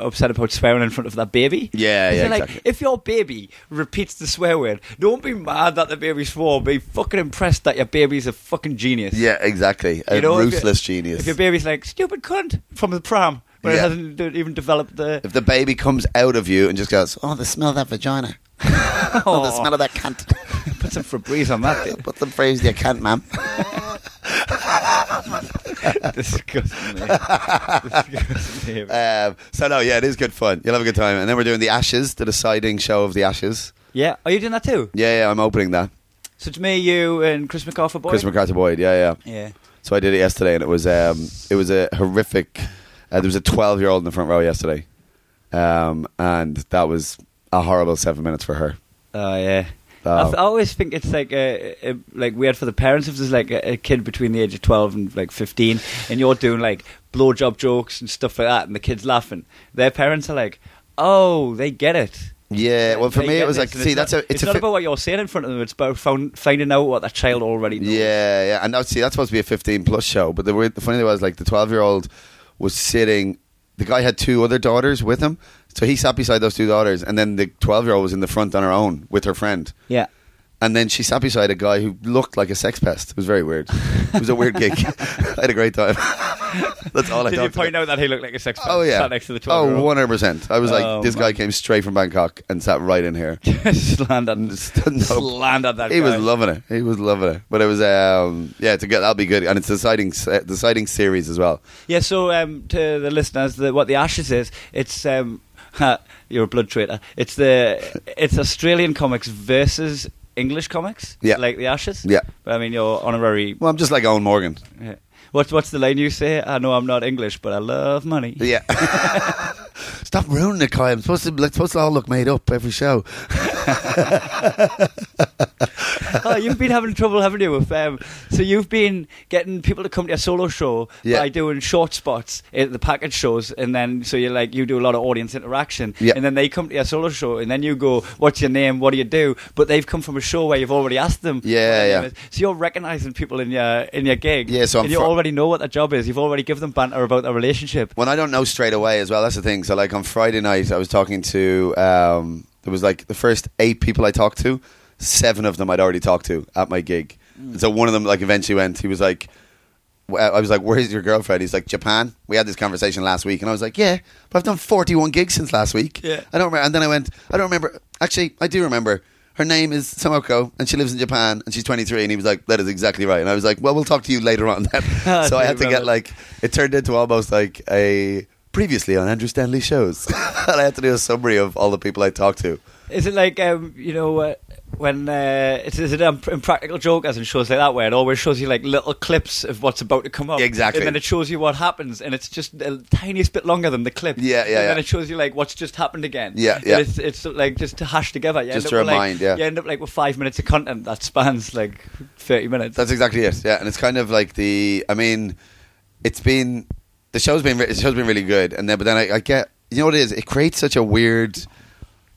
Speaker 2: upset about swearing in front of their baby.
Speaker 3: Yeah,
Speaker 2: Because
Speaker 3: yeah,
Speaker 2: they're like
Speaker 3: exactly.
Speaker 2: if your baby repeats the swear word, don't be mad that the baby swore. Be fucking impressed that your baby's a fucking genius.
Speaker 3: yeah, exactly. A
Speaker 2: You know, if you-
Speaker 3: ruthless genius.
Speaker 2: If your baby's like stupid cunt from the pram, but
Speaker 3: Yeah.
Speaker 2: it hasn't even developed the
Speaker 3: If the baby comes out of you and just goes, oh, the smell of that vagina, oh, the
Speaker 2: Oh,
Speaker 3: smell of that cunt,
Speaker 2: put some Febreze on that. dude.
Speaker 3: put some phrase in your cunt, ma'am.
Speaker 2: Disgusting. mate. Disgusting. mate.
Speaker 3: Um, so no, yeah, it is good fun. You'll have a good time, and then we're doing the Ashes, the deciding show of the Ashes.
Speaker 2: Yeah, are you doing that too?
Speaker 3: Yeah, yeah, I'm opening that.
Speaker 2: So it's me, you, and Chris McCarthy boy.
Speaker 3: Chris McCarthy Boyd. Yeah, yeah.
Speaker 2: yeah.
Speaker 3: So I did it yesterday, and it was um, it was a horrific. Uh, there was a 12 year old in the front row yesterday, um, and that was a horrible seven minutes for her.
Speaker 2: Oh yeah. I,
Speaker 3: Oh.
Speaker 2: th- I always think it's like uh, uh, like weird for the parents if there's like a, a kid between the age of twelve and like fifteen, and you're doing like blowjob jokes and stuff like that, and the kids laughing. Their parents are like, "Oh, they get it."
Speaker 3: Yeah, Uh, well, for
Speaker 2: They
Speaker 3: me,
Speaker 2: get
Speaker 3: it was
Speaker 2: this,
Speaker 3: like,
Speaker 2: and
Speaker 3: see, that's
Speaker 2: not,
Speaker 3: a
Speaker 2: It's,
Speaker 3: a
Speaker 2: not
Speaker 3: fi-
Speaker 2: about what you're saying in front of them. It's about found, finding out what that child already knows.
Speaker 3: Yeah, yeah, and now see that's supposed to be a fifteen plus show, but the, weird- the funny thing was like the twelve year old was sitting. The guy had two other daughters with him, so he sat beside those two daughters, and then the twelve year old was in the front on her own with her friend.
Speaker 2: Yeah.
Speaker 3: And then she sat beside a guy who looked like a sex pest. It was very weird. It was a weird gig. I had a great time. That's all I
Speaker 2: Did you
Speaker 3: talked about.
Speaker 2: point out that he looked like a sex?
Speaker 3: Oh yeah.
Speaker 2: sat next to the
Speaker 3: oh,
Speaker 2: 12
Speaker 3: 100 percent. I was
Speaker 2: Oh,
Speaker 3: like, this guy
Speaker 2: man.
Speaker 3: came straight from Bangkok and sat right in here.
Speaker 2: slandered,
Speaker 3: No.
Speaker 2: slandered that.
Speaker 3: He was
Speaker 2: guy.
Speaker 3: loving it. He was loving it. But it was, um, yeah, to get that'll be good, and it's a deciding, se- deciding series as well.
Speaker 2: Yeah, so um, to the listeners, the, what the Ashes is, it's um, ha, you're a blood traitor. It's the it's Australian comics versus English comics.
Speaker 3: Yeah.
Speaker 2: like the Ashes.
Speaker 3: Yeah.
Speaker 2: but I mean your honorary.
Speaker 3: Well, I'm just like Owen Morgan.
Speaker 2: yeah. What's what's the line you say? I know I'm not English, but I love money.
Speaker 3: Yeah. Stop ruining it, Kai. I'm supposed to, like, supposed to all look made up every show.
Speaker 2: oh, you've been having trouble, haven't you? With um, so you've been getting people to come to your solo show
Speaker 3: Yeah.
Speaker 2: by doing short spots at the package shows, and then so you're like you do a lot of audience interaction,
Speaker 3: Yeah.
Speaker 2: and then they come to your solo show, and then you go, "What's your name? What do you do?" But they've come from a show where you've already asked them.
Speaker 3: Yeah,
Speaker 2: what their
Speaker 3: yeah.
Speaker 2: name is. So you're recognizing people in your in your gig.
Speaker 3: Yeah, so I'm
Speaker 2: and you
Speaker 3: fr-
Speaker 2: already know what their job is. You've already given them banter about their relationship.
Speaker 3: When I don't know straight away as well, that's the thing. So, like, on Friday night, I was talking to, um, there was like the first eight people I talked to, seven of them I'd already talked to at my gig. And So, one of them, like, eventually went, he was like, w- I was like, "Where's your girlfriend?" He's like, "Japan." We had this conversation last week, and I was like, "Yeah, but I've done forty-one gigs since last week."
Speaker 2: Yeah.
Speaker 3: I don't remember. And then I went, "I don't remember." Actually, I do remember. Her name is Samoko, and she lives in Japan, and she's twenty-three. And he was like, "That is exactly right." And I was like, "Well, we'll talk to you later on." Then.
Speaker 2: Ah,
Speaker 3: so I
Speaker 2: dude,
Speaker 3: had to get
Speaker 2: brother.
Speaker 3: like it turned into almost like a previously on Andrew Stanley shows, and I had to do a summary of all the people I talked to.
Speaker 2: Is it like um, you know uh, when uh, it's, is it um, impractical jokers and shows like that where it always shows you like little clips of what's about to come up
Speaker 3: Exactly.
Speaker 2: and then it shows you what happens and it's just the tiniest bit longer than the clip
Speaker 3: Yeah, yeah,
Speaker 2: and then
Speaker 3: yeah.
Speaker 2: it shows you like what's just happened again
Speaker 3: Yeah,
Speaker 2: And
Speaker 3: yeah.
Speaker 2: it's it's like just to hash together you
Speaker 3: Just
Speaker 2: end
Speaker 3: to
Speaker 2: up with,
Speaker 3: remind,
Speaker 2: like,
Speaker 3: yeah.
Speaker 2: you end up like with five minutes of content that spans like thirty minutes
Speaker 3: That's exactly it. Yeah, and it's kind of like the. I mean, it's been the show's been re- the show's been really good, and then but then I, I get you know what it is. It creates such a weird,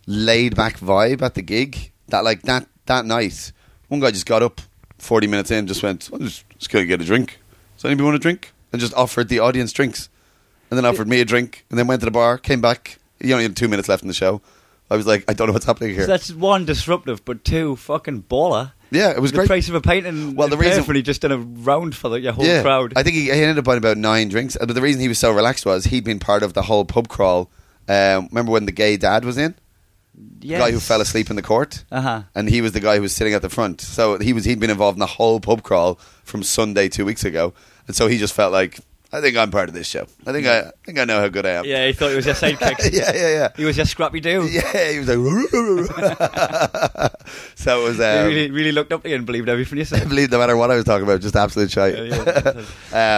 Speaker 3: laid back vibe at the gig that like that that night, one guy just got up forty minutes in, just went, I'm just, just gonna get a drink. Does anybody want a drink? And just offered the audience drinks, and then offered me a drink, and then went to the bar, came back. He only had two minutes left in the show. I was like, I don't know what's happening
Speaker 2: so
Speaker 3: here.
Speaker 2: that's one disruptive but two fucking baller
Speaker 3: Yeah, it was
Speaker 2: the
Speaker 3: great.
Speaker 2: price of a pint and
Speaker 3: Well, the reason-
Speaker 2: he just done a round for the, your whole crowd
Speaker 3: I think he, he ended up on about nine drinks. uh, But the reason he was so relaxed was he'd been part of the whole pub crawl. Um, remember when the gay dad was in? The guy who fell asleep in the court?
Speaker 2: uh huh
Speaker 3: And he was the guy who was sitting at the front. So he was he'd been involved in the whole pub crawl from Sunday two weeks ago. And so he just felt like, I think I'm part of this show. I think I, I think I know how good I am.
Speaker 2: Yeah, he thought he was your sidekick.
Speaker 3: yeah, yeah, yeah.
Speaker 2: He was your Scrappy Doo.
Speaker 3: Yeah, he was like, so it was. Um,
Speaker 2: he really, really looked up to you and believed everything you
Speaker 3: I
Speaker 2: said.
Speaker 3: believe no matter what I was talking about, just absolute shite.
Speaker 2: Yeah,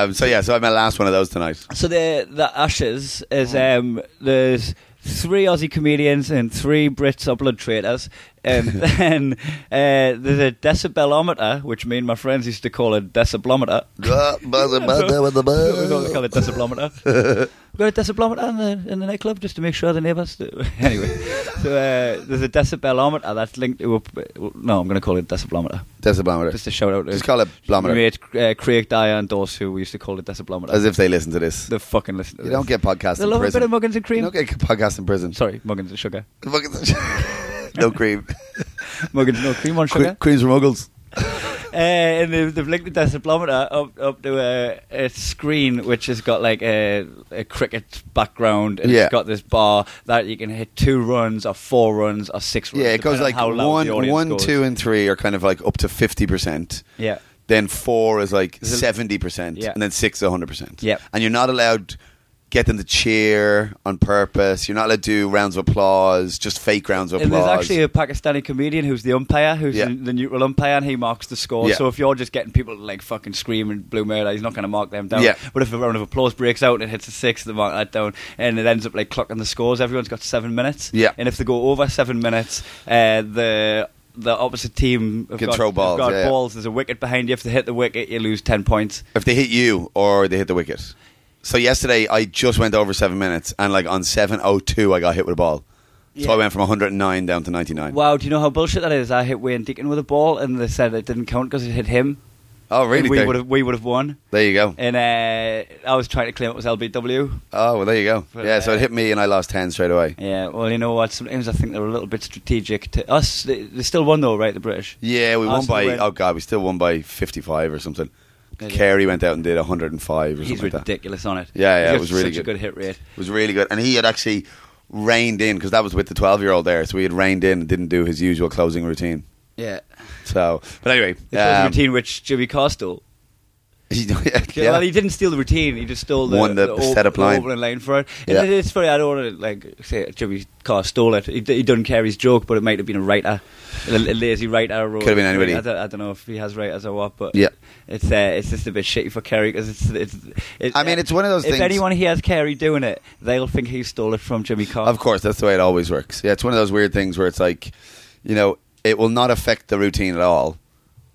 Speaker 3: um, so yeah, so I'm my last one of those tonight.
Speaker 2: so the the Ashes is
Speaker 3: Mm.
Speaker 2: um, there's three Aussie comedians and three Brits are blood traitors, and then uh, there's a decibelometer, which me and my friends used to call a decibelometer. we always call it decibelometer. we got a decibelometer in the, in the nightclub just to make sure the neighbours. Do. Anyway, so uh, there's a decibelometer that's linked to a. No, I'm going to call it decibelometer.
Speaker 3: Decibelometer.
Speaker 2: Just a shout out. to-
Speaker 3: Just call it blometer.
Speaker 2: We made uh, Craig Dyer and Dawes, who we used to call it Deciblometer.
Speaker 3: As if they listen to this.
Speaker 2: they fucking listen to
Speaker 3: You
Speaker 2: this.
Speaker 3: don't get podcasts
Speaker 2: They
Speaker 3: in
Speaker 2: love a
Speaker 3: prison.
Speaker 2: bit of muggins and cream.
Speaker 3: You don't get podcasts in prison.
Speaker 2: Sorry, muggins and sugar.
Speaker 3: no cream.
Speaker 2: Muggins no cream on
Speaker 3: Cre-
Speaker 2: sugar.
Speaker 3: creams for muggles.
Speaker 2: Uh, and they've, they've linked the Deciblometer up, up to a, a screen which has got like a, a cricket background and
Speaker 3: Yeah.
Speaker 2: it's got this bar that you can hit two runs or four runs or six runs.
Speaker 3: Yeah, it goes
Speaker 2: depending
Speaker 3: like
Speaker 2: on how loud
Speaker 3: one,
Speaker 2: the audience
Speaker 3: one,
Speaker 2: goes.
Speaker 3: two, and three are kind of like up to fifty percent.
Speaker 2: Yeah.
Speaker 3: Then four is like
Speaker 2: Is it-
Speaker 3: seventy percent,
Speaker 2: Yeah.
Speaker 3: and then six is hundred percent.
Speaker 2: Yep.
Speaker 3: And you're not allowed get them to cheer on purpose. You're not allowed to do rounds of applause, just fake rounds of
Speaker 2: And
Speaker 3: applause.
Speaker 2: there's actually a Pakistani comedian who's the umpire, who's
Speaker 3: Yeah.
Speaker 2: the, the neutral umpire, and he marks the score.
Speaker 3: Yeah.
Speaker 2: So if you're just getting people to, like fucking scream and blue murder, he's not going to mark them down.
Speaker 3: Yeah.
Speaker 2: But if a round of applause breaks out and it hits a six, they mark that down, and it ends up like clocking the scores. Everyone's got seven minutes.
Speaker 3: Yeah.
Speaker 2: And if they go over seven minutes, uh, the the opposite team have
Speaker 3: Can
Speaker 2: got,
Speaker 3: throw
Speaker 2: have
Speaker 3: balls,
Speaker 2: got
Speaker 3: yeah, yeah.
Speaker 2: balls. There's a wicket behind you. If they hit the wicket, you lose ten points.
Speaker 3: if they hit you or they hit the wicket. So yesterday I just went over seven minutes, and like on seven oh two I got hit with a ball. So
Speaker 2: Yeah.
Speaker 3: I went from 109 down to 99.
Speaker 2: Wow, do you know how bullshit that is? I hit Wayne Deacon with a ball, and they said it didn't count because it hit him.
Speaker 3: Oh,
Speaker 2: and
Speaker 3: really?
Speaker 2: We
Speaker 3: There-
Speaker 2: would have we would have won.
Speaker 3: There you go.
Speaker 2: And uh, I was trying to claim it was LBW.
Speaker 3: Oh, well, there you go.
Speaker 2: But,
Speaker 3: yeah, so
Speaker 2: uh,
Speaker 3: it hit me and I lost 10 straight away.
Speaker 2: Yeah, well, you know what? Sometimes I think they were a little bit strategic to us. They, they still won though, right? The British.
Speaker 3: Yeah, we won
Speaker 2: Arsenal
Speaker 3: by,
Speaker 2: win.
Speaker 3: oh God, we still won by 55 or something.
Speaker 2: Yeah, yeah.
Speaker 3: Carey went out and did 105 or
Speaker 2: He's
Speaker 3: something like that.
Speaker 2: ridiculous on it.
Speaker 3: Yeah,
Speaker 2: He's
Speaker 3: yeah, it
Speaker 2: got
Speaker 3: was really
Speaker 2: such a
Speaker 3: good.
Speaker 2: good hit rate.
Speaker 3: It was really good. And he had actually reined in, because that was with the 12 year old there, so he had reined in and didn't do his usual closing routine.
Speaker 2: Yeah,
Speaker 3: So, but anyway.
Speaker 2: it was a
Speaker 3: um,
Speaker 2: routine which Jimmy Carr stole.
Speaker 3: yeah,
Speaker 2: Yeah. Well, he didn't steal the routine. He just stole the,
Speaker 3: Won the
Speaker 2: op-
Speaker 3: setup line.
Speaker 2: opening line for it. And
Speaker 3: Yeah.
Speaker 2: it- It's funny. I don't want to like say Jimmy Carr stole it. He, d- he didn't care his joke, but it might have been a writer, a, a lazy writer. Or
Speaker 3: Could have been anybody.
Speaker 2: I don't, I don't know if he has writers or what, but
Speaker 3: Yeah.
Speaker 2: it's uh, it's just a bit shitty for Kerry because it's it's. It,
Speaker 3: I mean, it's one of those
Speaker 2: If
Speaker 3: things-
Speaker 2: anyone hears Kerry doing it, they'll think he stole it from Jimmy Carr.
Speaker 3: Of course, that's the way it always works. Yeah, it's one of those weird things where it's like, you know, it will not affect the routine at all,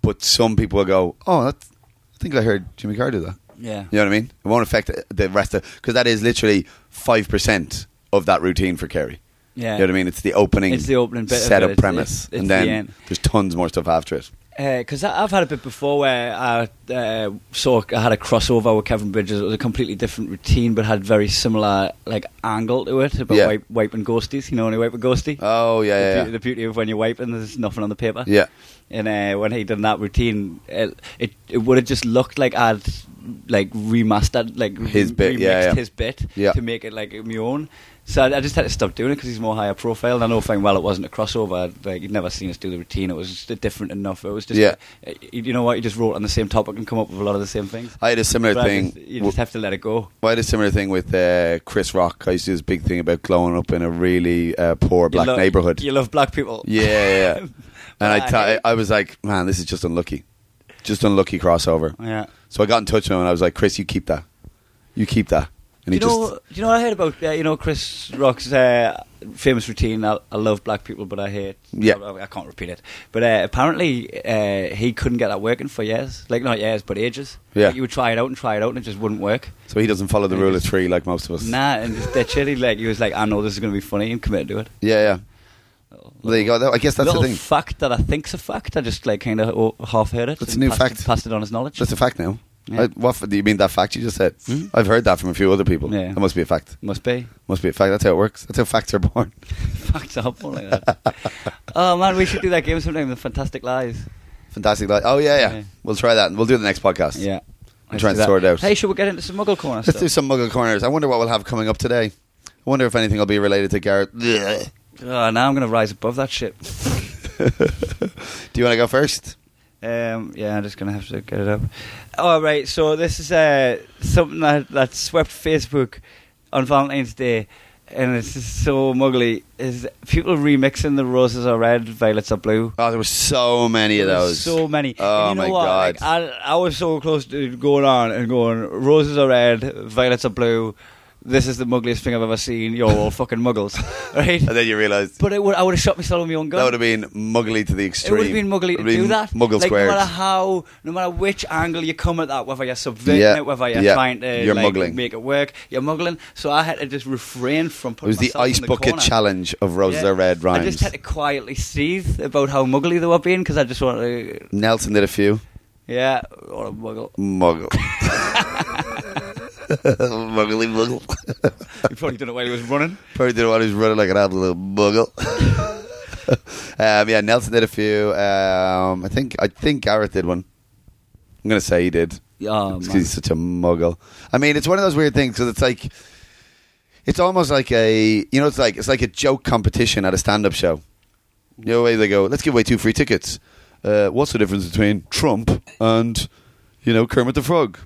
Speaker 3: but some people will go, "Oh, that's, I think I heard Jimmy Carr do that."
Speaker 2: Yeah.
Speaker 3: You know what I mean? It won't affect the rest of because that is literally five percent of that routine for Kerry.
Speaker 2: Yeah.
Speaker 3: You know what I mean? It's the opening,
Speaker 2: It's the opening bit of
Speaker 3: setup
Speaker 2: it. It's-
Speaker 3: premise,
Speaker 2: it's- it's
Speaker 3: and then
Speaker 2: the end.
Speaker 3: there's tons more stuff after it.
Speaker 2: because Uh, I I've had a bit before where I uh, saw I had a crossover with Kevin Bridges. It was a completely different routine, but had very similar like angle to it about
Speaker 3: Yeah.
Speaker 2: wipe, wiping ghosties. You know, when you wipe a ghostie. the,
Speaker 3: Oh yeah, yeah,
Speaker 2: beauty,
Speaker 3: yeah.
Speaker 2: the beauty of when you're wiping, there's nothing on the paper.
Speaker 3: Yeah.
Speaker 2: And uh, when he done that routine, it it, it would have just looked like I'd like remastered, like
Speaker 3: His
Speaker 2: re-
Speaker 3: bit,
Speaker 2: remixed
Speaker 3: yeah, yeah.
Speaker 2: his bit
Speaker 3: Yeah.
Speaker 2: to make it like my own. So I, I just had to stop doing it because he's more higher profile. And I know fine well it wasn't a crossover. Like you'd never seen us do the routine. It was just different enough. It was just,
Speaker 3: Yeah.
Speaker 2: uh, you know what? You just wrote on the same topic and come up with a lot of the same things.
Speaker 3: I had a similar
Speaker 2: But I
Speaker 3: thing.
Speaker 2: just- you just have to let it go.
Speaker 3: Well, I had a similar thing with uh, Chris Rock. I used to do this big thing about glowing up in a really uh, poor black
Speaker 2: you lo-
Speaker 3: neighborhood.
Speaker 2: You love black people.
Speaker 3: Yeah, yeah. yeah. and I,
Speaker 2: I
Speaker 3: t- I
Speaker 2: hate-
Speaker 3: I was like, man, this is just unlucky, just unlucky crossover.
Speaker 2: Yeah.
Speaker 3: So I got in touch with him and I was like, Chris, you keep that, you keep that, and
Speaker 2: Do you,
Speaker 3: he
Speaker 2: know,
Speaker 3: just
Speaker 2: do you know what I heard about? Uh, you know Chris Rock's uh, famous routine. I, I love black people, but I hate.
Speaker 3: Yeah.
Speaker 2: I, I can't repeat it. But uh, apparently, uh, he couldn't get that working for years. Like not years, but ages.
Speaker 3: Yeah.
Speaker 2: Like, you would try it out and try it out, and it just wouldn't work.
Speaker 3: so he doesn't follow the
Speaker 2: He
Speaker 3: rule
Speaker 2: just-
Speaker 3: of three like most of us.
Speaker 2: Nah, and just that shitty. Like he was like, I know this is going to be funny, and committed to it.
Speaker 3: Yeah, yeah. Well, there you go. That- I guess that's
Speaker 2: Oh, Little
Speaker 3: the thing.
Speaker 2: fact that I think's a fact. I just like kind of o- half heard it.
Speaker 3: That's
Speaker 2: and
Speaker 3: a new
Speaker 2: passed
Speaker 3: fact.
Speaker 2: It, passed it on as knowledge.
Speaker 3: That's a fact now.
Speaker 2: Yeah. Hmm?
Speaker 3: I, what f- do you mean that fact you just said? I've heard that from a few other people.
Speaker 2: Yeah.
Speaker 3: That must be a fact.
Speaker 2: Must be.
Speaker 3: Must be a fact. That's how it works. That's how facts are born.
Speaker 2: Fucked up. all Like that. oh man, we should do that game sometime. The Fantastic Lies.
Speaker 3: Fantastic. Like, oh yeah, yeah,
Speaker 2: Yeah.
Speaker 3: We'll try that. and We'll do the next podcast.
Speaker 2: Yeah.
Speaker 3: I'm trying to sort it out.
Speaker 2: Hey, should we get into some Muggle Corner
Speaker 3: Let's do
Speaker 2: stuff?
Speaker 3: some muggle corners. I wonder what we'll have coming up today. I wonder if anything will be related to Garrett. Blech.
Speaker 2: Oh, now I'm going to rise above that shit.
Speaker 3: Do you want to go first?
Speaker 2: Um, yeah, I'm just going to have to get it up. All right, so this is uh, something that, that swept Facebook on Valentine's Day, and it's just so muggly. Is people remixing the roses are red, violets are blue?
Speaker 3: Oh, there were so many of
Speaker 2: There was
Speaker 3: those.
Speaker 2: So many.
Speaker 3: Oh
Speaker 2: and you know
Speaker 3: my
Speaker 2: what?
Speaker 3: god.
Speaker 2: Like, I, I was so close to going on and going, roses are red, violets are blue. This is the muggliest thing I've ever seen. You're all fucking muggles, right?
Speaker 3: and then you realised
Speaker 2: But it would, I would have shot myself with my own gun.
Speaker 3: that would have been muggly to the
Speaker 2: it
Speaker 3: extreme.
Speaker 2: would have been muggly to
Speaker 3: It would have
Speaker 2: do
Speaker 3: been
Speaker 2: that.
Speaker 3: Muggle
Speaker 2: like,
Speaker 3: squares.
Speaker 2: No matter how, no matter which angle you come at that, whether you're subverting
Speaker 3: Yeah.
Speaker 2: it, whether you're
Speaker 3: Yeah.
Speaker 2: trying to
Speaker 3: You're
Speaker 2: like,
Speaker 3: muggling.
Speaker 2: make it work, you're muggling. So I had to just refrain from
Speaker 3: it
Speaker 2: putting
Speaker 3: was the
Speaker 2: myself
Speaker 3: ice
Speaker 2: in
Speaker 3: bucket
Speaker 2: corner.
Speaker 3: challenge of roses
Speaker 2: Yeah.
Speaker 3: are red rhymes.
Speaker 2: I just had to quietly seethe about how muggly they were being because I just wanted to,
Speaker 3: Nelson did a few.
Speaker 2: yeah, what a muggle.
Speaker 3: Muggle. Muggly muggle.
Speaker 2: He probably done it while he was running.
Speaker 3: Probably did one who's running like an absolute muggle. um, yeah, Nelson did a few. Um, I think I think Garrett did one. I'm gonna say he did.
Speaker 2: Oh,
Speaker 3: Because
Speaker 2: man.
Speaker 3: he's such a muggle. I mean, it's one of those weird things because it's like, it's almost like a you know, it's like it's like a joke competition at a stand-up show. You know, where they go, let's give away two free tickets. Uh, what's the difference between Trump and you know Kermit the Frog?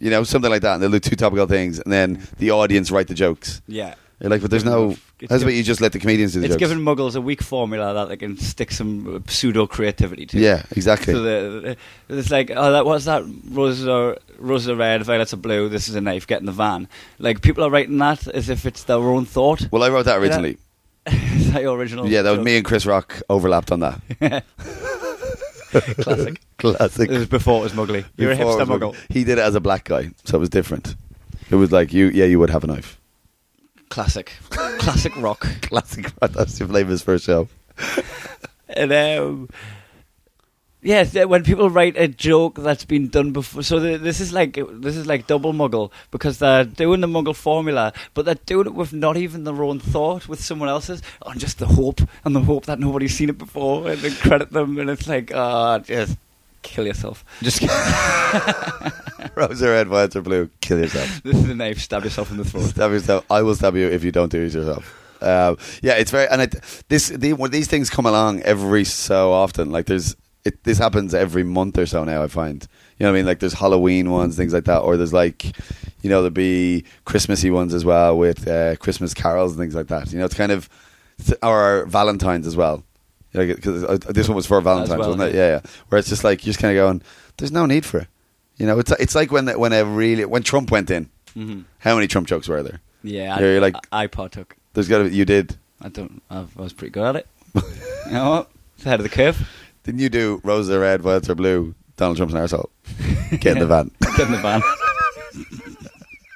Speaker 3: You know, something like that. And they'll do two topical things, and then the audience write the jokes.
Speaker 2: Yeah.
Speaker 3: You're like, but there's no.
Speaker 2: It's
Speaker 3: That's what
Speaker 2: given-
Speaker 3: you just let the comedians do. The
Speaker 2: It's
Speaker 3: jokes.
Speaker 2: given muggles a weak formula that they can stick some pseudo creativity to.
Speaker 3: Yeah, exactly.
Speaker 2: So the, the- it's like, oh, that what's that? Roses are roses are red, violets are blue. This is a knife. Get in the van. Like people are writing that as if it's their own thought.
Speaker 3: well, I wrote that originally.
Speaker 2: is that your
Speaker 3: Yeah,
Speaker 2: original?
Speaker 3: that was
Speaker 2: joke?
Speaker 3: me and Chris Rock overlapped on that.
Speaker 2: Classic.
Speaker 3: Classic.
Speaker 2: It was before it was muggly. You're a
Speaker 3: Before
Speaker 2: hipster
Speaker 3: it was-
Speaker 2: muggle.
Speaker 3: He did it as a black guy, so it was different. It was like you, yeah, you would have a knife.
Speaker 2: Classic. Classic rock.
Speaker 3: Classic. That's your flavours for a show.
Speaker 2: And um, Yes, that when people write a joke that's been done before, so th this is like this is like double muggle because they're doing the muggle formula, but they're doing it with not even their own thought, with someone else's, on just the hope and the hope that nobody's seen it before, and then credit them, and it's like, ah, just kill yourself.
Speaker 3: Just rose are red, violets are blue. Kill yourself.
Speaker 2: This is a knife, stab yourself in the throat.
Speaker 3: Stab yourself. I will stab you if you don't do it yourself. Um, yeah, it's very and it, this the, well, these things come along every so often. Like there's it, this happens every month or so now. I find you know what I mean. Like there's Halloween ones, things like that, or there's like you know there'll be Christmassy ones as well with uh, Christmas carols and things like that. You know, it's kind of or Valentine's as well. Like because uh, this one was for Valentine's,
Speaker 2: well,
Speaker 3: wasn't it?
Speaker 2: yeah.
Speaker 3: Yeah, yeah. Where it's just like you're just kind of going, there's no need for it. You know, it's it's like when when a really when Trump went in,
Speaker 2: hmm
Speaker 3: how many Trump jokes were there?
Speaker 2: Yeah,
Speaker 3: You're like-
Speaker 2: I, I partook.
Speaker 3: There's got to you did.
Speaker 2: I don't. I was pretty good at it. you know what? It's ahead of the curve.
Speaker 3: Didn't you do roses are red, violets are blue? Donald Trump's an arsehole. Get in the van.
Speaker 2: Get in the van.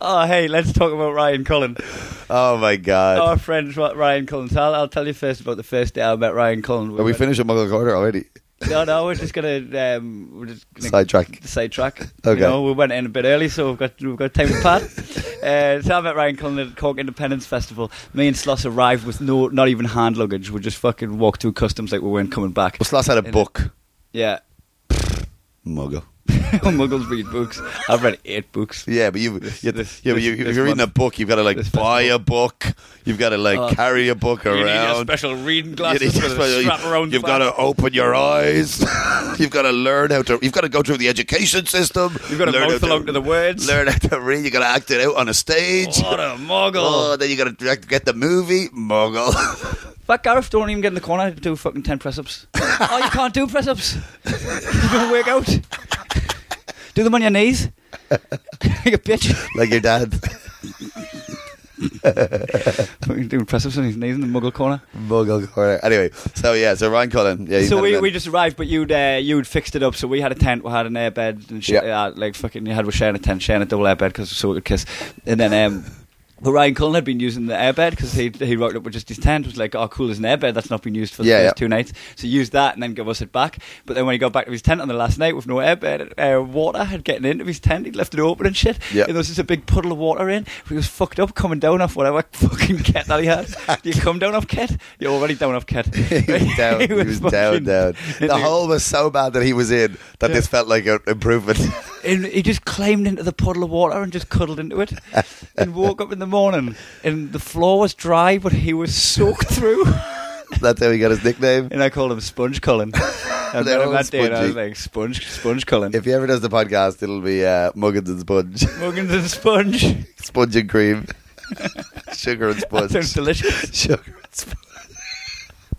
Speaker 2: oh, hey, let's talk about Ryan Cullen.
Speaker 3: Oh my
Speaker 2: Our
Speaker 3: god.
Speaker 2: friend Ri- Ryan Cullen. So I'll, I'll tell you first about the first day I met Ryan Cullen.
Speaker 3: Are we
Speaker 2: went-
Speaker 3: finished with Muggle Corner already?
Speaker 2: No, no, we're just gonna um, we're just gonna
Speaker 3: Sidetrack.
Speaker 2: Sidetrack.
Speaker 3: Okay.
Speaker 2: You know, we went in a bit early, so we've got we've got time to pad. uh, so I met Ryan Cullen at Cork Independence Festival. Me and Sloss arrived with no, not even hand luggage. We just fucking walked through customs like we weren't coming back.
Speaker 3: Well, Sloss had a
Speaker 2: In-
Speaker 3: book.
Speaker 2: Yeah.
Speaker 3: Muggle.
Speaker 2: Muggles read books. I've read eight books.
Speaker 3: Yeah, but you,
Speaker 2: This-
Speaker 3: yeah,
Speaker 2: this-
Speaker 3: yeah, but
Speaker 2: this-
Speaker 3: you, if
Speaker 2: this
Speaker 3: you're reading a
Speaker 2: month.
Speaker 3: book, you've got to
Speaker 2: This
Speaker 3: like buy
Speaker 2: festival.
Speaker 3: a book. You've got to like
Speaker 2: Oh.
Speaker 3: carry a book
Speaker 2: You need your
Speaker 3: around.
Speaker 2: special reading
Speaker 3: You
Speaker 2: glasses
Speaker 3: need
Speaker 2: with
Speaker 3: to-
Speaker 2: a strap around the
Speaker 3: you've got to
Speaker 2: back.
Speaker 3: open your eyes. you've got to learn how to. You've got to go through the education system.
Speaker 2: You've got to
Speaker 3: learn how
Speaker 2: mouth along to the words.
Speaker 3: Learn how to read. You got to act it out on a stage.
Speaker 2: What a muggle.
Speaker 3: Oh, then you got to direct, get the movie Muggle.
Speaker 2: Fuck Gareth, don't even get in the corner to do fucking 10 press ups. oh, you can't do press ups. You don't work out. Do them on your knees. like a bitch.
Speaker 3: like your dad.
Speaker 2: Fucking doing press ups on his knees in the muggle corner.
Speaker 3: Muggle corner. Anyway, so yeah, so Ryan Cullen. Yeah, he's
Speaker 2: so
Speaker 3: not
Speaker 2: we,
Speaker 3: a
Speaker 2: we
Speaker 3: man.
Speaker 2: just arrived, but you'd uh, you'd fixed it up. So we had a tent, we had an airbed, and shit. uh,
Speaker 3: Yeah.
Speaker 2: like that. Like fucking, you had we're sharing a tent, sharing a double airbed because so we could kiss. And then, um, but Ryan Cullen had been using the airbed because he he rocked up with just his tent. Was like, oh, cool, there's an airbed that's not been used for the
Speaker 3: Yeah,
Speaker 2: first
Speaker 3: yeah.
Speaker 2: two nights. So he used that and then give us it back. But then when he got back to his tent on the last night with no airbed, uh, water had gotten into his tent. He'd left it open and shit.
Speaker 3: Yeah.
Speaker 2: And there was just a big puddle of water in. He was fucked up coming down off whatever fucking ket that he had. you come down off ket? You're already down off ket.
Speaker 3: he was down. He was, down,
Speaker 2: fucking-
Speaker 3: down. The hole was so bad that he was in that
Speaker 2: Yeah.
Speaker 3: this felt like an improvement.
Speaker 2: And he just climbed into the puddle of water and just cuddled into it. and woke up in the morning, and the floor was dry, but he was soaked through.
Speaker 3: That's how he got his nickname.
Speaker 2: and I called him Sponge Cullen. I
Speaker 3: They're
Speaker 2: met him
Speaker 3: all
Speaker 2: that day, and I was
Speaker 3: spongy.
Speaker 2: like, Sponge, Sponge Cullen.
Speaker 3: If he ever does the podcast, it'll be uh, Muggins and Sponge,
Speaker 2: Muggins and Sponge.
Speaker 3: Sponge and Cream, Sugar and
Speaker 2: That sounds
Speaker 3: Sponge,
Speaker 2: delicious.
Speaker 3: Sugar and Sponge.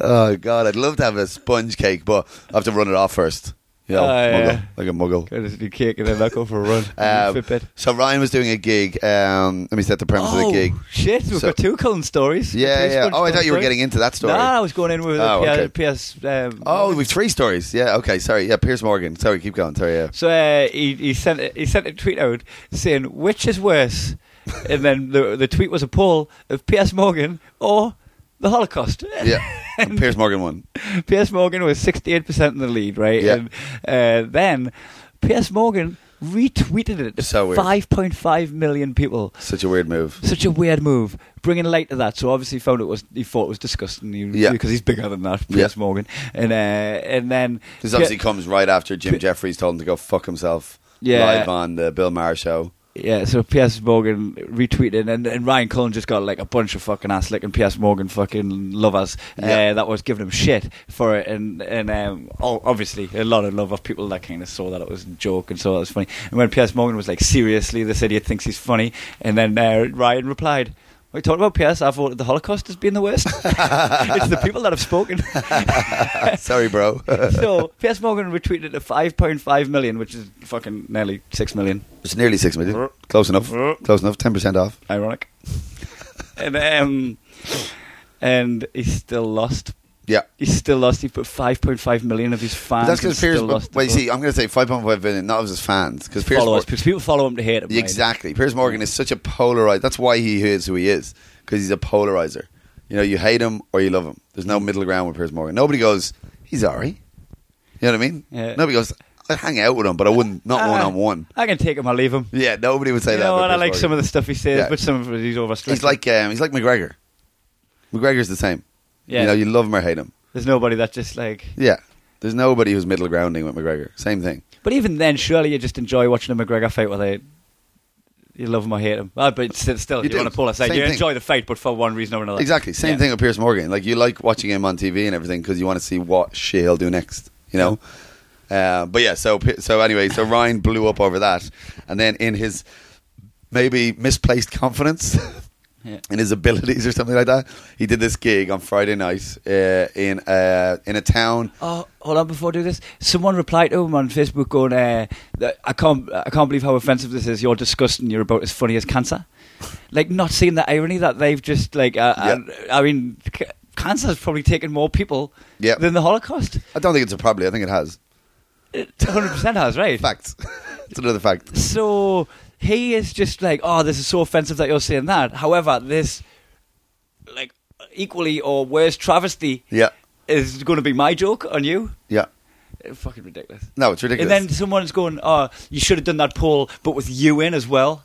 Speaker 3: oh God, I'd love to have a sponge cake, but I have to run it off first. You know,
Speaker 2: Oh,
Speaker 3: muggle,
Speaker 2: yeah.
Speaker 3: like a muggle.
Speaker 2: Got his new cake, and then I go for a run.
Speaker 3: Um,
Speaker 2: Fitbit.
Speaker 3: so Ryan was doing a gig. Um, let me set the premise of
Speaker 2: Oh,
Speaker 3: the gig.
Speaker 2: shit, we've
Speaker 3: So-
Speaker 2: got two Cullen stories.
Speaker 3: Yeah,
Speaker 2: Two
Speaker 3: yeah.
Speaker 2: Sponge
Speaker 3: Oh, I
Speaker 2: Cullen
Speaker 3: thought you were
Speaker 2: stories.
Speaker 3: getting into that story.
Speaker 2: No, I was going in with
Speaker 3: Oh,
Speaker 2: a
Speaker 3: okay.
Speaker 2: PS. PS um,
Speaker 3: Oh, we've three stories. Yeah. Okay. Sorry. Yeah. Piers Morgan. Sorry. Keep going. Sorry. Yeah.
Speaker 2: So uh, he, he sent he sent a tweet out saying which is worse, and then the the tweet was a poll of P.S. Morgan or the Holocaust.
Speaker 3: Yeah. And Piers Morgan won.
Speaker 2: P.S. Morgan was sixty eight percent in the lead, right?
Speaker 3: Yeah.
Speaker 2: And uh, then P.S. Morgan retweeted it to
Speaker 3: So weird.
Speaker 2: five point five million people.
Speaker 3: Such a weird move.
Speaker 2: Such a weird move, bringing light to that. So obviously, he found it was he thought it was disgusting. He,
Speaker 3: Yeah.
Speaker 2: because he's bigger than that,
Speaker 3: Yeah.
Speaker 2: P.S. Morgan, and uh, and then
Speaker 3: This obviously comes right after Jim Jeffries told him to go fuck himself
Speaker 2: Yeah.
Speaker 3: live on the Bill Maher show.
Speaker 2: Yeah, so P.S. Morgan retweeted, and, and Ryan Cullen just got like a bunch of fucking ass licking P.S. Morgan fucking lovers
Speaker 3: Yeah.
Speaker 2: uh, that was giving him shit for it, and and um, oh, obviously a lot of love of people that kind of saw that it was a joke and saw that it was funny. And when P.S. Morgan was like, seriously, this idiot thinks he's funny, and then uh, Ryan replied. We talked about P.S. I voted the Holocaust as being the worst. it's the people that have spoken.
Speaker 3: Sorry, bro.
Speaker 2: so P.S. Morgan retweeted it to 5.5 million, which is fucking nearly 6 million.
Speaker 3: it's nearly six million. Close enough. Close enough. Ten percent off.
Speaker 2: ironic. and um, and he still lost.
Speaker 3: Yeah.
Speaker 2: He still lost. He put 5.5 million of his
Speaker 3: But
Speaker 2: fans.
Speaker 3: that's because
Speaker 2: and
Speaker 3: Piers.
Speaker 2: still lost the
Speaker 3: Well, you
Speaker 2: vote.
Speaker 3: see, I'm going to say 5.5 million, not of his fans, because Piers.
Speaker 2: followers,
Speaker 3: Mor-
Speaker 2: because people follow him to hate him. right?
Speaker 3: Exactly. Piers Morgan is such a polarizer. That's why he is who he is
Speaker 2: Mm.
Speaker 3: because he's a polarizer. You know, you hate him or you love him. There's no middle ground with Piers Morgan. Nobody goes, he's alright. You know what I mean?
Speaker 2: Yeah.
Speaker 3: Nobody goes, I'd hang out with him, but I wouldn't, not one on one.
Speaker 2: Ah, I can take him or leave him.
Speaker 3: Yeah, nobody would say
Speaker 2: You
Speaker 3: that.
Speaker 2: know what?
Speaker 3: about
Speaker 2: I
Speaker 3: Chris
Speaker 2: like
Speaker 3: Morgan.
Speaker 2: some of the stuff he says,
Speaker 3: Yeah.
Speaker 2: but some of it he's overstretching.
Speaker 3: He's like, um, he's like McGregor. McGregor's the same.
Speaker 2: yeah,
Speaker 3: You know, you love him or hate him.
Speaker 2: there's nobody that just like.
Speaker 3: Yeah. There's nobody who's middle grounding with McGregor. Same thing.
Speaker 2: But even then, surely you just enjoy watching a McGregor fight, whether you love him or hate him. Ah, but still, still
Speaker 3: You
Speaker 2: you,
Speaker 3: do.
Speaker 2: want to pull aside.
Speaker 3: Same
Speaker 2: you
Speaker 3: thing.
Speaker 2: enjoy the fight, but for one reason or another.
Speaker 3: Exactly. Same
Speaker 2: Yeah.
Speaker 3: thing with Pierce Morgan. Like you like watching him on TV and everything because you want to see what she'll do next. You know. Uh, but yeah. So Pi- so anyway. So Ryan blew up over that, and then in his maybe misplaced confidence.
Speaker 2: Yeah.
Speaker 3: In his abilities or something like that, he did this gig on Friday night uh, in uh, in a town.
Speaker 2: Oh, hold on! Before I do this, someone replied to him on Facebook going, uh, that "I can't, I can't believe how offensive this is. You're disgusting. You're about as funny as cancer." Like not seeing the irony that they've just like, uh,
Speaker 3: Yeah.
Speaker 2: I, I mean, c- cancer's probably taken more people
Speaker 3: Yeah.
Speaker 2: than the Holocaust.
Speaker 3: I don't think it's a probably. I think it has
Speaker 2: Hundred percent has right.
Speaker 3: facts. it's another fact.
Speaker 2: So he is just like, oh, this is so offensive that you're saying that. However, this like equally or worse travesty
Speaker 3: Yeah,
Speaker 2: is going to be my joke on you.
Speaker 3: yeah.
Speaker 2: Uh, Fucking ridiculous.
Speaker 3: No, it's ridiculous.
Speaker 2: And then someone's going, "Oh, you should have done that poll, but with you in as well."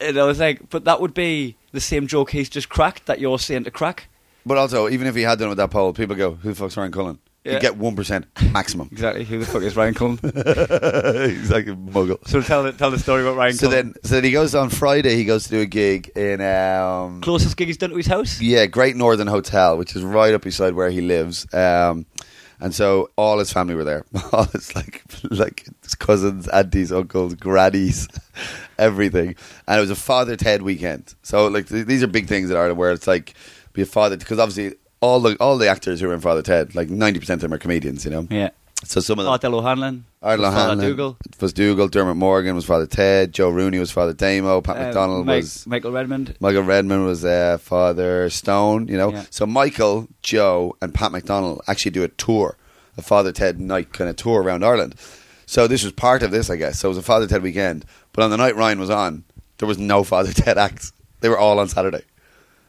Speaker 2: And I was like, "But that would be the same joke he's just cracked that you're saying to crack."
Speaker 3: But also, even if he had done it with that poll, people go, "Who the fuck's Ryan Cullen?" You
Speaker 2: Yeah.
Speaker 3: get one percent maximum.
Speaker 2: Exactly. Who the fuck is Ryan Cullen?
Speaker 3: exactly, muggle.
Speaker 2: so tell the, tell the story about Ryan.
Speaker 3: So
Speaker 2: Cullen.
Speaker 3: then, so then he goes on Friday. He goes to do a gig in um,
Speaker 2: closest gig he's done to his house.
Speaker 3: yeah, Great Northern Hotel, which is right up beside where he lives. Um, and so all his family were there. All his like like his cousins, aunties, uncles, grannies, everything. And it was a Father Ted weekend. So like th- these are big things in Ireland where it's like be a father because obviously all the all the actors who are in Father Ted, like ninety percent of them are comedians, you know.
Speaker 2: Yeah.
Speaker 3: So some of them
Speaker 2: Ardell O'Hanlon.
Speaker 3: Ireland
Speaker 2: Father
Speaker 3: Hanlon
Speaker 2: Dougal.
Speaker 3: was Dougal, Dermot Morgan was Father Ted, Joe Rooney was Father Damo, Pat
Speaker 2: uh,
Speaker 3: McDonald
Speaker 2: Mike-
Speaker 3: was
Speaker 2: Michael Redmond.
Speaker 3: Michael Redmond was uh, Father Stone, you know.
Speaker 2: Yeah.
Speaker 3: So Michael, Joe, and Pat McDonald actually do a tour, a Father Ted night kind of tour around Ireland. So this was part of this, I guess. So it was a Father Ted weekend, but on the night Ryan was on, there was no Father Ted acts. They were all on Saturday,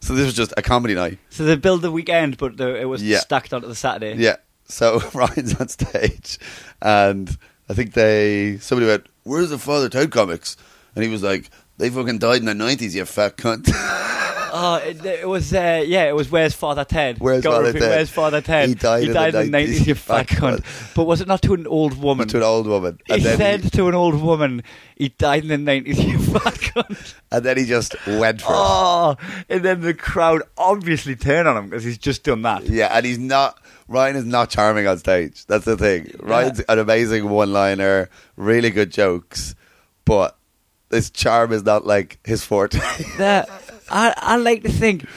Speaker 3: so this was just a comedy night.
Speaker 2: So they build the weekend, but the, it was
Speaker 3: Yeah.
Speaker 2: stacked onto the Saturday.
Speaker 3: Yeah. So Ryan's on stage, and I think they somebody went, "Where's the Father Ted comics?" And he was like, "They fucking died in the nineties, you fat cunt."
Speaker 2: Oh, it, it was uh, yeah, it was Where's Father Ted?
Speaker 3: Where's
Speaker 2: Gotta
Speaker 3: Father
Speaker 2: repeat,
Speaker 3: Ted?
Speaker 2: Where's Father Ted?
Speaker 3: He died in the 90s,
Speaker 2: You fat
Speaker 3: fuck.
Speaker 2: cunt. But was it not to an old woman?
Speaker 3: to an old woman,
Speaker 2: he
Speaker 3: then
Speaker 2: said
Speaker 3: he,
Speaker 2: to an old woman, "He died in the nineties. You fat cunt."
Speaker 3: and then he just went for it.
Speaker 2: Oh, and then the crowd obviously turn on him because he's just done that.
Speaker 3: Yeah, and he's not. Ryan is not charming on stage. That's the thing. Ryan's an amazing one-liner, really good jokes, but his charm is not like his forte.
Speaker 2: That I, I like to think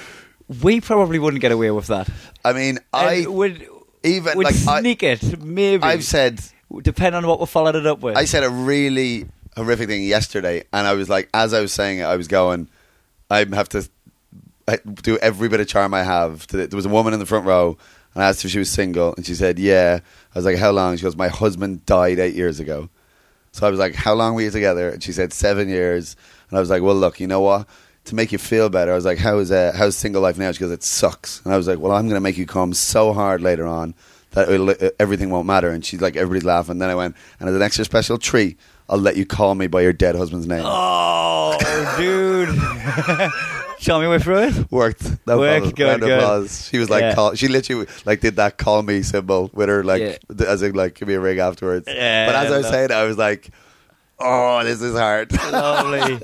Speaker 2: we probably wouldn't get away with that.
Speaker 3: I mean, I
Speaker 2: And would
Speaker 3: even
Speaker 2: would
Speaker 3: like I,
Speaker 2: sneak it maybe.
Speaker 3: I've said
Speaker 2: depend on what we followed it up with.
Speaker 3: I said a really horrific thing yesterday, and I was like, as I was saying it, I was going, I have to I- do every bit of charm I have. To the, there was a woman in the front row, and I asked if she was single, and she said, "Yeah." I was like, "How long?" She goes, "My husband died eight years ago." So I was like, "How long were you together?" And she said, seven years." And I was like, "Well, look, you know what?" To make you feel better, I was like, "How is uh, how's single life now?" She goes, "It sucks." And I was like, "Well, I'm going to make you come so hard later on that it'll, uh, everything won't matter." And she's like, "Everybody's laughing." Then I went, "And as an extra special treat, I'll let you call me by your dead husband's name."
Speaker 2: Oh, dude. Show me way through it.
Speaker 3: Worked. No
Speaker 2: Worked.
Speaker 3: problem.
Speaker 2: Good,
Speaker 3: Round of
Speaker 2: good.
Speaker 3: applause. She was like,
Speaker 2: Yeah.
Speaker 3: call, she literally like did that call me symbol with her, like
Speaker 2: Yeah.
Speaker 3: th- as in like give me a ring afterwards.
Speaker 2: Yeah,
Speaker 3: but as I was
Speaker 2: no.
Speaker 3: saying, I was like, oh, this is hard.
Speaker 2: Lovely.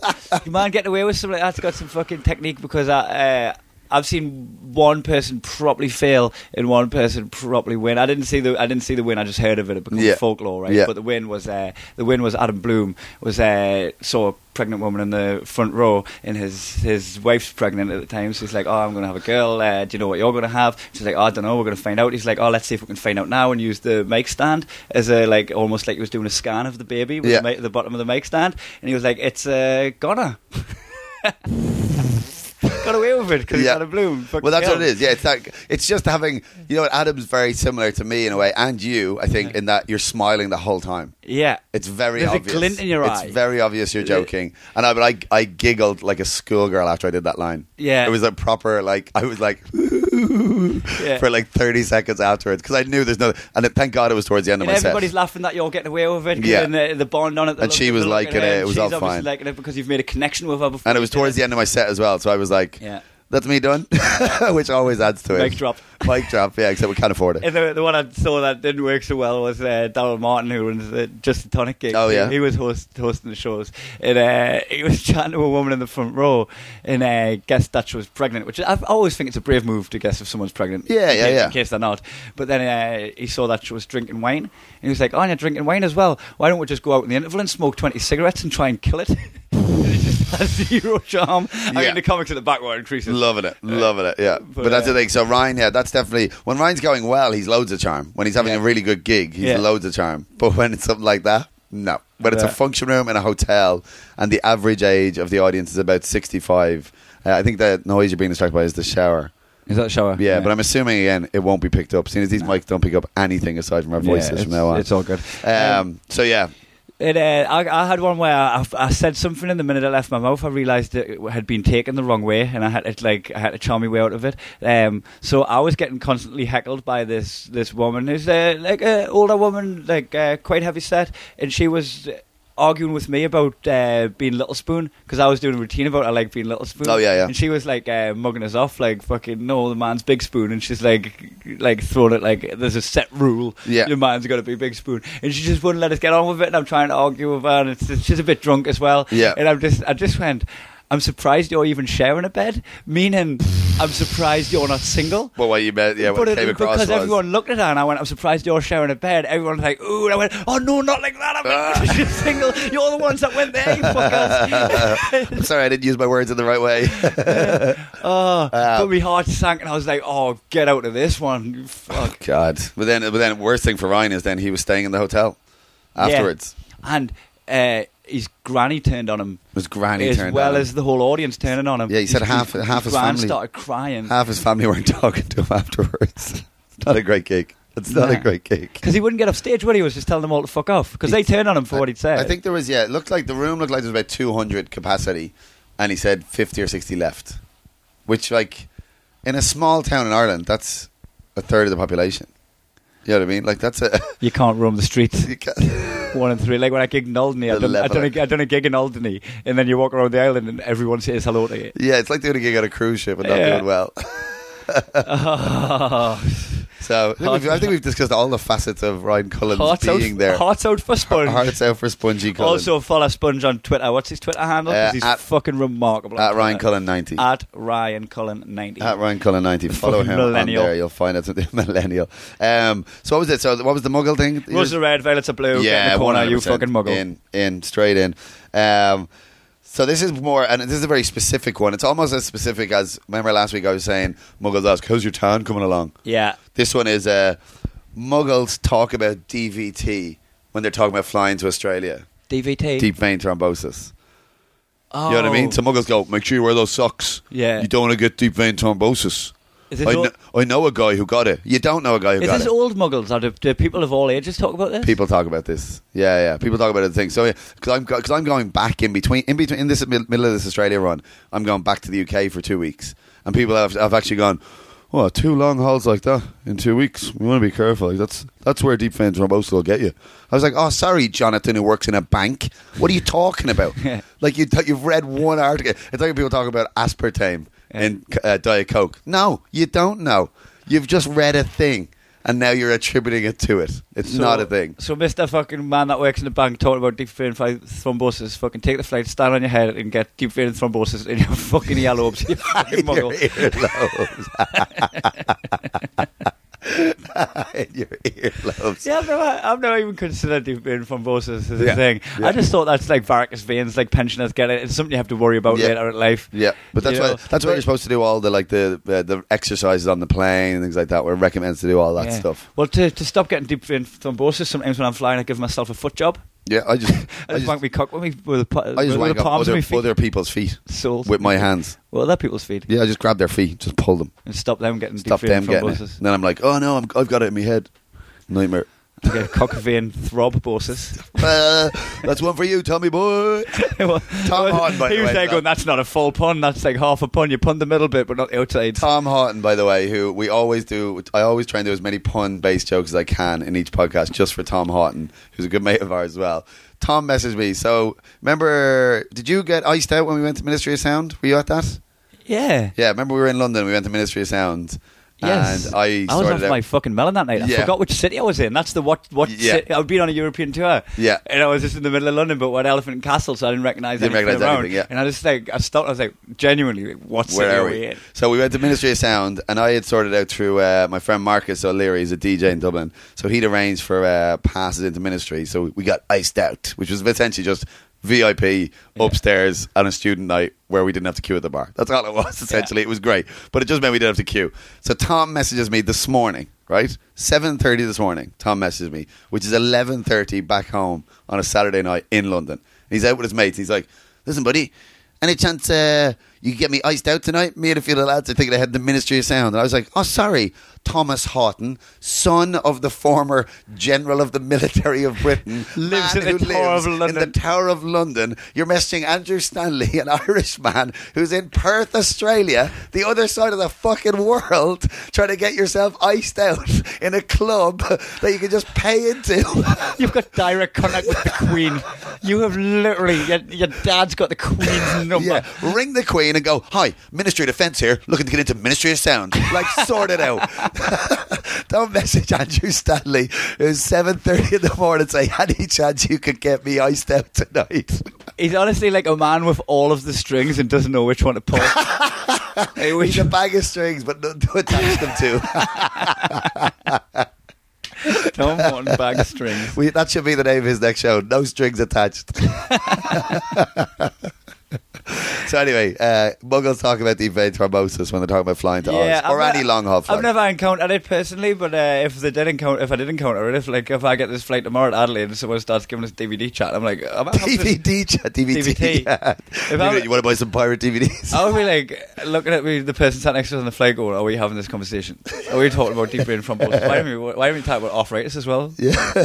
Speaker 2: you mind getting away with something like that's got some fucking technique because I, uh, I've seen one person properly fail and one person properly win. I didn't see the I didn't see the win. I just heard of it. It became
Speaker 3: Yeah.
Speaker 2: folklore, right?
Speaker 3: Yeah.
Speaker 2: But the win was uh, the win was Adam Bloom was uh, saw a pregnant woman in the front row and his his wife's pregnant at the time. So he's like, "Oh, I'm going to have a girl. Uh, do you know what you're going to have?" She's like, oh, "I don't know. We're going to find out." He's like, "Oh, let's see if we can find out now and use the mic stand as a like almost like he was doing a scan of the baby with
Speaker 3: Yeah.
Speaker 2: the mic at the bottom of the mic stand." And he was like, "It's a uh, goner." Got away with it because
Speaker 3: Yeah.
Speaker 2: he's Adam Bloom.
Speaker 3: well, that's what
Speaker 2: Fucking
Speaker 3: it is. Yeah, it's that. It's just having. You know, what Adam's very similar to me in a way, and you, I think, in that you're smiling the whole time.
Speaker 2: hell. Yeah.
Speaker 3: It's very
Speaker 2: There's a
Speaker 3: obvious.
Speaker 2: glint in your
Speaker 3: it's
Speaker 2: eye.
Speaker 3: very obvious you're joking. And I, but I, I giggled like a schoolgirl after I did that line.
Speaker 2: Yeah.
Speaker 3: It was a proper like I was like you
Speaker 2: Yeah.
Speaker 3: for like 30 seconds afterwards because I knew there's no. And it, thank God it was towards the end
Speaker 2: And
Speaker 3: of my
Speaker 2: everybody's
Speaker 3: set.
Speaker 2: laughing that you're getting away with it.
Speaker 3: Yeah.
Speaker 2: Yeah. And the, the bond on it.
Speaker 3: And she was liking it, it was
Speaker 2: she's
Speaker 3: all
Speaker 2: obviously
Speaker 3: fine.
Speaker 2: liking it because you've made a connection with her before.
Speaker 3: And it was towards the end of my set as well. So I was like,
Speaker 2: Yeah.
Speaker 3: that's me done, which always adds to it.
Speaker 2: Mic drop.
Speaker 3: Mic drop, yeah, except we can't afford it.
Speaker 2: And the, the one I saw that didn't work so well was uh, Daryl Martin, who runs the Just the Tonic gig.
Speaker 3: Oh, yeah.
Speaker 2: he, was host, hosting the shows, and uh, he was chatting to a woman in the front row, and uh, guessed that she was pregnant. Which I always think it's a brave move to guess if someone's pregnant.
Speaker 3: Yeah,
Speaker 2: in
Speaker 3: yeah,
Speaker 2: case,
Speaker 3: yeah.
Speaker 2: In case they're not, but then uh, he saw that she was drinking wine, and he was like, "Oh, and you're drinking wine as well. Why don't we just go out in the interval and smoke twenty cigarettes and try and kill it?" And it just has zero charm. I
Speaker 3: Yeah.
Speaker 2: mean, the comics at the back were increasing.
Speaker 3: Loving it, loving it, yeah. But,
Speaker 2: eh, but,
Speaker 3: that's
Speaker 2: uh,
Speaker 3: the thing. So Ryan, yeah, that's definitely when Ryan's going well, he's loads of charm. When he's having
Speaker 2: Yeah.
Speaker 3: a really good gig, he's
Speaker 2: Yeah.
Speaker 3: loads of charm. But when it's something like that, no. When it's a
Speaker 2: Yeah.
Speaker 3: function room in a hotel, and the average age of the audience is about sixty-five, uh, I think the noise you're being distracted by is the shower.
Speaker 2: Is that shower?
Speaker 3: Yeah, but I'm assuming again it won't be picked up. Seeing as these mics don't pick up anything aside from our voices
Speaker 2: it's,
Speaker 3: from now on.
Speaker 2: it's all good.
Speaker 3: um, so yeah,
Speaker 2: It, uh, I, I had one where I, I said something, and the minute I left my mouth, I realised it had been taken the wrong way, and I had to like I had to charm my way out of it. Um, so I was getting constantly heckled by this this woman, who's uh, like an older woman, like uh, quite heavy set, and she was arguing with me about uh, being Little Spoon because I was doing a routine about I like being Little Spoon.
Speaker 3: Oh, yeah, yeah.
Speaker 2: And she was like uh, mugging us off, like fucking no, the man's Big Spoon, and she's like like throwing it like there's a set rule.
Speaker 3: Yeah.
Speaker 2: Your man's got to be Big Spoon. And she just wouldn't let us get on with it. And I'm trying to argue with her. And it's just, she's a bit drunk as well.
Speaker 3: Yeah.
Speaker 2: And I'm just, I just went, I'm surprised you're even sharing a bed. Meaning, I'm surprised you're not single.
Speaker 3: well, what you meant, yeah, what
Speaker 2: But it-
Speaker 3: came across
Speaker 2: because
Speaker 3: was
Speaker 2: everyone looked at her and I went, I'm surprised you're sharing a bed. Everyone's like, ooh, and I went, oh no, not like that. I
Speaker 3: Ah.
Speaker 2: meant she's single. You're the ones that went there, you fuckers.
Speaker 3: I'm sorry, I didn't use my words in the right way.
Speaker 2: oh,
Speaker 3: Ah.
Speaker 2: but my heart sank and I was like, oh, get out of this one. you Fuck.
Speaker 3: God. But then, but then, worst thing for Ryan is then he was staying in the hotel afterwards.
Speaker 2: Yeah. And uh, his granny turned on him.
Speaker 3: His granny
Speaker 2: as
Speaker 3: turned
Speaker 2: well
Speaker 3: on him.
Speaker 2: as the whole audience turning on him.
Speaker 3: Yeah, he said
Speaker 2: His-
Speaker 3: half-
Speaker 2: his-
Speaker 3: half
Speaker 2: his
Speaker 3: his
Speaker 2: gran
Speaker 3: family-
Speaker 2: started crying
Speaker 3: Half his family weren't talking to him afterwards. It's not a great gig. It's not a
Speaker 2: Nah.
Speaker 3: great gig.
Speaker 2: because he wouldn't get off stage when he was just telling them all to fuck off because they turned on him for what he'd said.
Speaker 3: I think there was yeah. It looked like the room looked like there was about two hundred capacity, and he said fifty or sixty left, which like in a small town in Ireland, that's a third of the population. You know what I mean? Like that's a.
Speaker 2: you can't roam the streets.
Speaker 3: you can't-
Speaker 2: One and three, like when I gigged in Alderney, I
Speaker 3: The
Speaker 2: done, I,
Speaker 3: level.
Speaker 2: done a, I done a gig in Alderney, and then you walk around the island and everyone says hello to you.
Speaker 3: yeah, it's like doing a gig on a cruise ship and not
Speaker 2: Yeah.
Speaker 3: doing well.
Speaker 2: Ah,
Speaker 3: So I think, we've, I think we've discussed all the facets of Ryan Cullen's
Speaker 2: hearts out,
Speaker 3: being there.
Speaker 2: hearts out for Sponge.
Speaker 3: Hearts out for Spongy Cullen.
Speaker 2: also follow Sponge on Twitter. What's his Twitter handle? 'Cause
Speaker 3: Uh,
Speaker 2: he's
Speaker 3: at-
Speaker 2: fucking remarkable. on
Speaker 3: at Ryan
Speaker 2: Twitter.
Speaker 3: Cullen ninety.
Speaker 2: At
Speaker 3: At,
Speaker 2: Ryan Cullen ninety.
Speaker 3: Ryan Cullen ninety. Follow
Speaker 2: Uh, fucking
Speaker 3: him
Speaker 2: millennial.
Speaker 3: on there. You'll find out something millennial. Um, so what was it? So what was the Muggle thing?
Speaker 2: Rose the red, violets are blue. get in
Speaker 3: yeah,
Speaker 2: the corner, you
Speaker 3: 100%
Speaker 2: fucking muggle.
Speaker 3: In, in, straight in. Um, so this is more, and this is a very specific one. It's almost as specific as remember last week I was saying Muggles ask, "How's your town coming along?"
Speaker 2: Yeah.
Speaker 3: This one is uh, Muggles talk about DVT when they're talking about flying to Australia,
Speaker 2: DVT.
Speaker 3: deep vein thrombosis.
Speaker 2: Oh.
Speaker 3: You know what I mean? So muggles go, make sure you wear those socks.
Speaker 2: Yeah.
Speaker 3: You don't want to get deep vein thrombosis.
Speaker 2: Is
Speaker 3: I,
Speaker 2: this, old,
Speaker 3: kn- I know a guy who got it. You don't know a guy who
Speaker 2: is
Speaker 3: got
Speaker 2: this
Speaker 3: it.
Speaker 2: old muggles? Or do, do people of all ages talk about this?
Speaker 3: People talk about this. Yeah, yeah. People talk about other things. So, because I'm, go- 'cause I'm going back in between, in between, in this mid- middle of this Australia run, I'm going back to the UK for two weeks. And people have, have actually gone, oh, two long hauls like that in two weeks. We want to be careful. Like, that's, that's where deep vein thrombosis will get you. I was like, oh, sorry, Jonathan, who works in a bank. What are you talking about? like, you th- you've read one article. It's like people talk about aspartame and uh, Diet Coke. No, you don't know. You've just read a thing. And now you're attributing it to it. It's
Speaker 2: So-
Speaker 3: not a thing.
Speaker 2: So, Mr. fucking man that works in the bank talking about deep vein fi- thrombosis, fucking take the flight, stand on your head, and get deep vein thrombosis in your fucking earlobes, you fucking
Speaker 3: your
Speaker 2: muggle.
Speaker 3: earlobes. In your earlobes.
Speaker 2: Yeah, I've never, I've never even considered deep vein thrombosis as a
Speaker 3: Yeah.
Speaker 2: thing.
Speaker 3: Yeah.
Speaker 2: I just thought that's like varicose veins, like pensioners get it. It's something you have to worry about
Speaker 3: Yeah.
Speaker 2: later in life.
Speaker 3: Yeah, but that's
Speaker 2: You
Speaker 3: why
Speaker 2: know,
Speaker 3: that's why
Speaker 2: but-
Speaker 3: you're supposed to do all the like the uh, the exercises on the plane and things like that. We're recommended to do all that
Speaker 2: Yeah.
Speaker 3: stuff.
Speaker 2: Well, to, to stop getting deep vein thrombosis, sometimes when I'm flying, I give myself a foot job.
Speaker 3: Yeah, I just
Speaker 2: I
Speaker 3: I
Speaker 2: just wank
Speaker 3: just,
Speaker 2: me cock with me with the, pa-
Speaker 3: I just
Speaker 2: with
Speaker 3: wank
Speaker 2: the
Speaker 3: up
Speaker 2: palms
Speaker 3: other,
Speaker 2: of my feet.
Speaker 3: other people's feet
Speaker 2: Soles.
Speaker 3: with my hands.
Speaker 2: well, other people's feet
Speaker 3: Yeah, I just grab their feet, just pull them,
Speaker 2: and stop them getting
Speaker 3: stop
Speaker 2: deep vein
Speaker 3: them getting it.
Speaker 2: thrombosis.
Speaker 3: And then I'm like, oh no, I'm, I've got it in my head. Nightmare.
Speaker 2: I get cock vein thrombosis.
Speaker 3: Uh, that's one for you, Tommy boy.
Speaker 2: Well,
Speaker 3: Tom Hardy, by
Speaker 2: He
Speaker 3: the
Speaker 2: was there
Speaker 3: way, that-
Speaker 2: going, that's not a full pun, that's like half a pun. You pun the middle bit, but not the outside.
Speaker 3: Tom Houghton, by the way, who we always do. I always try and do as many pun-based jokes as I can in each podcast, just for Tom Houghton, who's a good mate of ours as well. Tom messaged me. So remember, did you get iced out when we went to Ministry of Sound? Were you at that?
Speaker 2: Yeah.
Speaker 3: Yeah, remember we were in London. We went to Ministry of Sound,
Speaker 2: Yes.
Speaker 3: and I
Speaker 2: was
Speaker 3: sorted
Speaker 2: off
Speaker 3: out-
Speaker 2: my fucking melon that night. I
Speaker 3: Yeah.
Speaker 2: forgot which city I was in. That's the what what
Speaker 3: Yeah.
Speaker 2: city. I've been on a European tour.
Speaker 3: Yeah.
Speaker 2: And I was just in the middle of London, but we had Elephant and Castle, so I didn't recognise
Speaker 3: Didn't
Speaker 2: anything
Speaker 3: recognise
Speaker 2: around.
Speaker 3: anything, yeah.
Speaker 2: And I just like I stopped I was like, genuinely, like, what city
Speaker 3: Where
Speaker 2: are
Speaker 3: are
Speaker 2: we,
Speaker 3: we?
Speaker 2: in?
Speaker 3: So we went to Ministry of Sound, and I had sorted out through uh, my friend Marcus O'Leary. He's a DJ in Dublin, so he'd arranged for uh, passes into Ministry. So we got iced out, which was essentially just VIP upstairs on a student night where we didn't have to queue at the bar. That's all it was. Essentially, it was great, but it just meant we didn't have to queue. So Tom messages me this morning, right, seven thirty this morning. Tom messages me, which is eleven thirty back home on a Saturday night in London. He's out with his mates. He's like, "Listen, buddy." Any chance uh, you could get me iced out tonight? Me and a few of the lads are thinking I had the Ministry of Sound. And I was like, oh, sorry, Thomas Houghton, son of the former General of the Military of Britain,
Speaker 2: Lives
Speaker 3: man
Speaker 2: in the
Speaker 3: who
Speaker 2: Tower
Speaker 3: lives
Speaker 2: of London."
Speaker 3: in the Tower of London. You're messaging Andrew Stanley, an Irish man who's in Perth, Australia, the other side of the fucking world, trying to get yourself iced out in a club that you can just pay into.
Speaker 2: You've got direct contact with the Queen. You have literally your, your dad's got the Queen's number.
Speaker 3: Yeah, ring the Queen and go, "Hi, Ministry of Defence here, looking to get into Ministry of Sound." Like, sort it out. Don't message Andrew Stanley. It was seven thirty in the morning. Say, any chance you could get me iced out tonight?
Speaker 2: He's honestly like a man with all of the strings and doesn't know which one to pull. Hey,
Speaker 3: He's
Speaker 2: which-
Speaker 3: a bag of strings, but none to attach them to.
Speaker 2: Tom Horton bag of strings.
Speaker 3: We, that should be the name of his next show. No strings attached. so anyway, uh, Muggles talk about the vein thrombosis when they're talking about flying to Oz
Speaker 2: I've
Speaker 3: or
Speaker 2: ne-
Speaker 3: any long haul flight.
Speaker 2: I've never encountered it personally, but uh, if they did encounter, if I did encounter it, if like if I get this flight tomorrow to Adelaide and someone starts giving us DVD chat, I'm like, I'm out of this-
Speaker 3: DVD, chat, DVD.
Speaker 2: DVD.
Speaker 3: yeah.
Speaker 2: If I-
Speaker 3: you want to buy some pirate DVDs?
Speaker 2: I'll be like looking at me, the person sat next to us on the flight going, "Are we having this conversation? Are we talking about deep brain thrombosis? Why are we why are we talking about arthritis as well?"
Speaker 3: Yeah.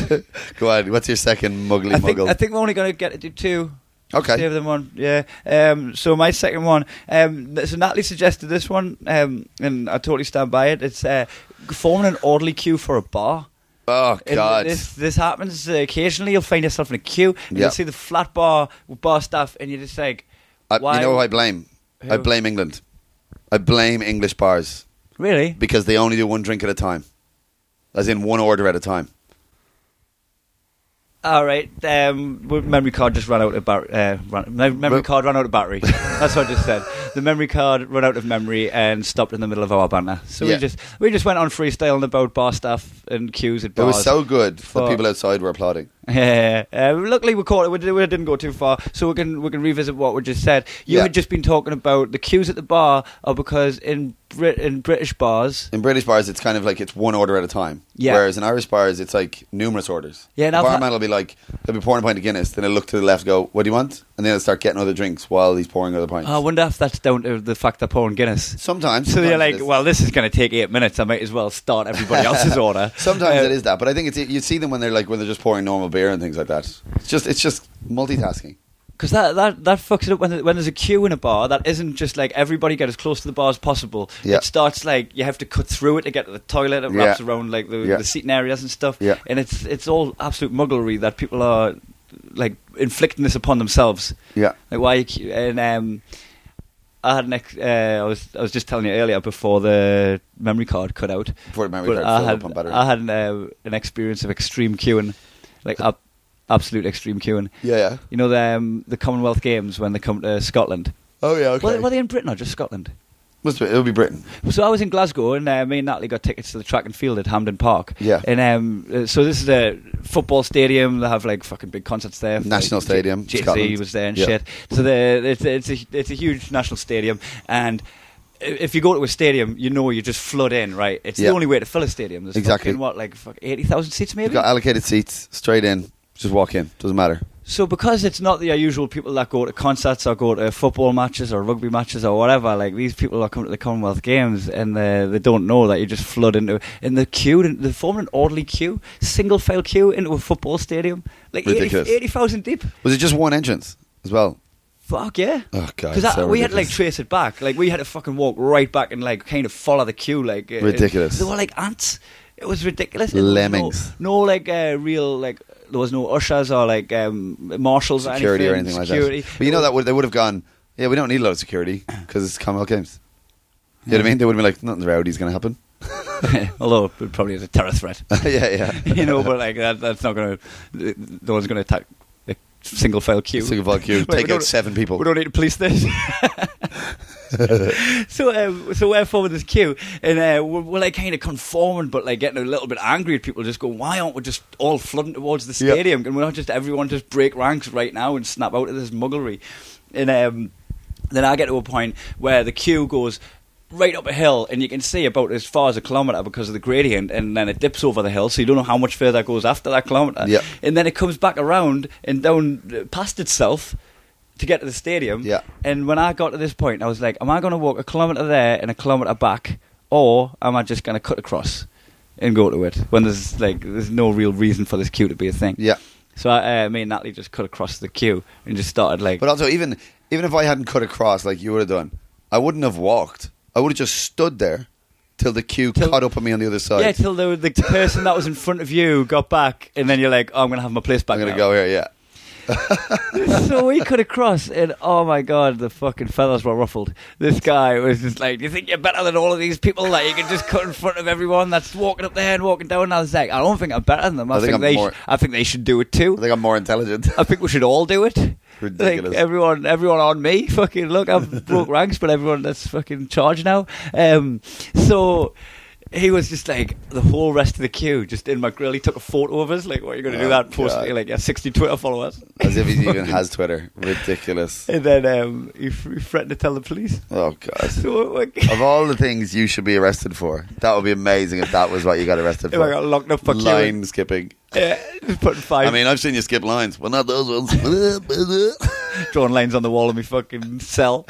Speaker 3: Go on. What's your second muggly
Speaker 2: I think,
Speaker 3: muggle?
Speaker 2: I think we're only going to get to do two.
Speaker 3: Okay.
Speaker 2: Save them one. Yeah. Um, so my second one. Um, th- so Natalie suggested this one, um, and I totally stand by it. It's uh, forming an orderly queue for a bar.
Speaker 3: oh
Speaker 2: And
Speaker 3: God.
Speaker 2: This this happens uh, occasionally. You'll find yourself in a queue, and
Speaker 3: Yeah.
Speaker 2: you'll see the flat bar with bar staff, and you're just like,
Speaker 3: I,
Speaker 2: why?
Speaker 3: Uh, you know who I blame? I
Speaker 2: Who?
Speaker 3: blame England. I blame English bars
Speaker 2: really?
Speaker 3: because they only do one drink at a time, as in one order at a time.
Speaker 2: All right. Um, well, memory card just ran out of battery. Uh, ran, no, memory
Speaker 3: Well-
Speaker 2: card ran out of battery. That's what I just said. The memory card ran out of memory and stopped in the middle of our banner. So
Speaker 3: Yeah.
Speaker 2: we just we just went on freestyling about bar staff and queues at
Speaker 3: It
Speaker 2: bars.
Speaker 3: was so good that
Speaker 2: Fuck.
Speaker 3: people outside were applauding.
Speaker 2: Yeah. Uh, luckily, we caught it. We, did, we didn't go too far, so we can we can revisit what we just said. You
Speaker 3: Yeah.
Speaker 2: had just been talking about the queues at the bar are because in Brit in British bars,
Speaker 3: In British bars, it's kind of like it's one order at a time.
Speaker 2: Yeah.
Speaker 3: Whereas in Irish bars, it's like numerous orders.
Speaker 2: Yeah, and
Speaker 3: The
Speaker 2: I've had-
Speaker 3: barman will be like, they'll be pouring a pint of Guinness, then he'll look to the left, go, "What do you want?" And then he'll start getting other drinks while he's pouring other pints.
Speaker 2: I wonder if that's down to the fact they're pouring Guinness.
Speaker 3: Sometimes.
Speaker 2: Oh, So they're
Speaker 3: sometimes it
Speaker 2: like,
Speaker 3: is.
Speaker 2: well, this is going to take eight minutes. I might as well start everybody else's order.
Speaker 3: Sometimes
Speaker 2: Uh,
Speaker 3: it is that, but I think it's you see them when they're like when they're just pouring normal beer and things like that. It's just it's just multitasking.
Speaker 2: Because that, that, that fucks it up when, when there's a queue in a bar. That isn't just like everybody get as close to the bar as possible.
Speaker 3: Yeah.
Speaker 2: It starts like you have to cut through it to get to the toilet. It wraps
Speaker 3: Yeah.
Speaker 2: around like the,
Speaker 3: Yeah.
Speaker 2: the seating areas and stuff.
Speaker 3: Yeah.
Speaker 2: And it's it's all absolute mugglery that people are like inflicting this upon themselves.
Speaker 3: Yeah.
Speaker 2: Like why you que- and um, I had an ex- uh, I was I was just telling you earlier before the memory card cut out.
Speaker 3: Before the memory
Speaker 2: But
Speaker 3: card
Speaker 2: I
Speaker 3: filled
Speaker 2: had,
Speaker 3: up on battery.
Speaker 2: I had an, uh, an experience of extreme queuing, like ab- absolute extreme queuing.
Speaker 3: Yeah, yeah.
Speaker 2: You know the um, the Commonwealth Games when they come to Scotland.
Speaker 3: Oh yeah, okay.
Speaker 2: Were, they, were they in Britain or just Scotland?
Speaker 3: Must be, it'll be Britain.
Speaker 2: So I was in Glasgow, and uh, me and Natalie got tickets to the track and field at Hampden Park.
Speaker 3: Yeah.
Speaker 2: And um, uh, so this is a football stadium. They have like fucking big concerts there.
Speaker 3: National
Speaker 2: Like,
Speaker 3: Stadium,
Speaker 2: Jay Z
Speaker 3: Scotland.
Speaker 2: was there and
Speaker 3: Yeah.
Speaker 2: shit. So the, it's, it's a it's a huge national stadium, and i- if you go to a stadium, you know you just flood in, right? It's
Speaker 3: Yeah.
Speaker 2: the only way to fill a stadium. There's
Speaker 3: Exactly.
Speaker 2: fucking, what like fuck, eighty thousand seats maybe.
Speaker 3: You've got allocated seats, straight in, just walk in. Doesn't matter.
Speaker 2: So because it's not the usual people that go to concerts or go to football matches or rugby matches or whatever, like these people are coming to the Commonwealth Games and they they don't know that you just flood into in the queue. They formed an orderly queue, single file queue into a football stadium, like
Speaker 3: Ridiculous.
Speaker 2: 80 80,000 deep.
Speaker 3: Was it just one entrance as well?
Speaker 2: Fuck yeah!
Speaker 3: Oh, God,
Speaker 2: Because
Speaker 3: so
Speaker 2: we had to, like
Speaker 3: ridiculous.
Speaker 2: trace it back, like we had to fucking walk right back and like kind of follow the queue, like uh,
Speaker 3: Ridiculous.
Speaker 2: They were like ants. It was ridiculous. And there was
Speaker 3: Lemmings.
Speaker 2: No, no, like uh, real like there was no ushers or like um, marshals
Speaker 3: Security
Speaker 2: or
Speaker 3: or
Speaker 2: anything,
Speaker 3: anything like
Speaker 2: security.
Speaker 3: that. But you know that would, they would have gone. Yeah, we don't need a lot of security because it's Commonwealth Games. You know what I mean? They would have been like, nothing rowdy's going to happen.
Speaker 2: although it probably is a terror threat.
Speaker 3: yeah, yeah.
Speaker 2: you know, but like that, that's not going to. No one's going to attack a single file queue.
Speaker 3: Single file queue.
Speaker 2: Wait, we
Speaker 3: Take
Speaker 2: don't-
Speaker 3: out seven people.
Speaker 2: We don't need to police this. so, um, so we're forming this queue, and uh, we're, we're like kind of conforming, but like getting a little bit angry at people. Just go, why aren't we just all flooding towards the
Speaker 3: Yeah.
Speaker 2: stadium? Can we not just everyone just break ranks right now and snap out of this mugglery? And um, then I get to a point where the queue goes. Right up a hill, and you can see about as far as a kilometre because of the gradient, and then it dips over the hill, so you don't know how much further it goes after that kilometre.
Speaker 3: Yeah.
Speaker 2: And then it comes back around and down uh, past itself to get to the stadium.
Speaker 3: Yeah.
Speaker 2: And when I got to this point, I was like, am I going to walk a kilometre there and a kilometre back, or am I just going to cut across and go to it when there's like there's no real reason for this queue to be a thing?
Speaker 3: Yeah.
Speaker 2: So I, uh, me and Natalie just cut across the queue and just started like.
Speaker 3: But also, even even if I hadn't cut across like you would have done, I wouldn't have walked. I would have just stood there till the queue
Speaker 2: Till-
Speaker 3: caught up on me on the other side.
Speaker 2: yeah, till the, the person that was in front of you got back, and then you're like, oh, I'm going to have my place back.
Speaker 3: I'm going to
Speaker 2: now.
Speaker 3: go here. Yeah.
Speaker 2: so we cut across, and oh my god, the fucking feathers were ruffled. This guy was just like, "You think you're better than all of these people? Like you can just cut in front of everyone that's walking up there and walking down." And I was like, "I don't think I'm better than them. I,
Speaker 3: I think
Speaker 2: think,
Speaker 3: I'm
Speaker 2: they,
Speaker 3: more-
Speaker 2: sh- I think they should do it too.
Speaker 3: I think I'm more intelligent.
Speaker 2: I think we should all do it.
Speaker 3: Ridiculous.
Speaker 2: Like everyone, everyone on me. Fucking look, I've broke ranks, but everyone that's fucking charged now. Um, so he was just like the whole rest of the queue, just in my grill. He took a photo of us. Like, what are you going to do
Speaker 3: Oh,
Speaker 2: that? Post
Speaker 3: God.
Speaker 2: like yeah, sixty Twitter followers.
Speaker 3: As if he even has Twitter. Ridiculous.
Speaker 2: And then um, he, f- he threatened to tell the police.
Speaker 3: Oh god.
Speaker 2: So I,
Speaker 3: Of all the things you should be arrested for, that would be amazing if that was what you got arrested
Speaker 2: I
Speaker 3: for.
Speaker 2: got locked up for
Speaker 3: Line skipping.
Speaker 2: queuing. Yeah, just putting five
Speaker 3: I mean, I've seen you skip lines, but not those ones.
Speaker 2: drawn lines on the wall in my fucking cell.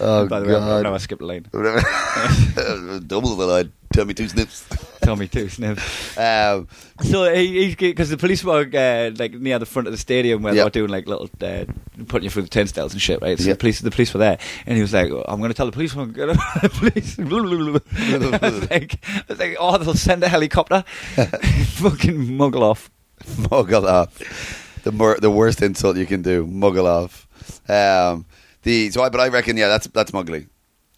Speaker 3: oh
Speaker 2: By the way,
Speaker 3: god.
Speaker 2: no, I skipped a line.
Speaker 3: Double the line. Tell me two snips.
Speaker 2: Tell me too, Sniv.
Speaker 3: Um,
Speaker 2: So he because the police were uh, like near the front of the stadium where
Speaker 3: Yeah.
Speaker 2: they were doing like little uh, putting you through the turnstiles and shit, right? So
Speaker 3: Yeah.
Speaker 2: the police the police were there, and he was like, "I'm going to tell the police. I'm going to the police." I, was like, I was like, "Oh, they'll send a helicopter." Fucking muggle off.
Speaker 3: muggle off. The mur- the worst insult you can do, muggle off. Um, the so I, but I reckon yeah, that's that's muggly.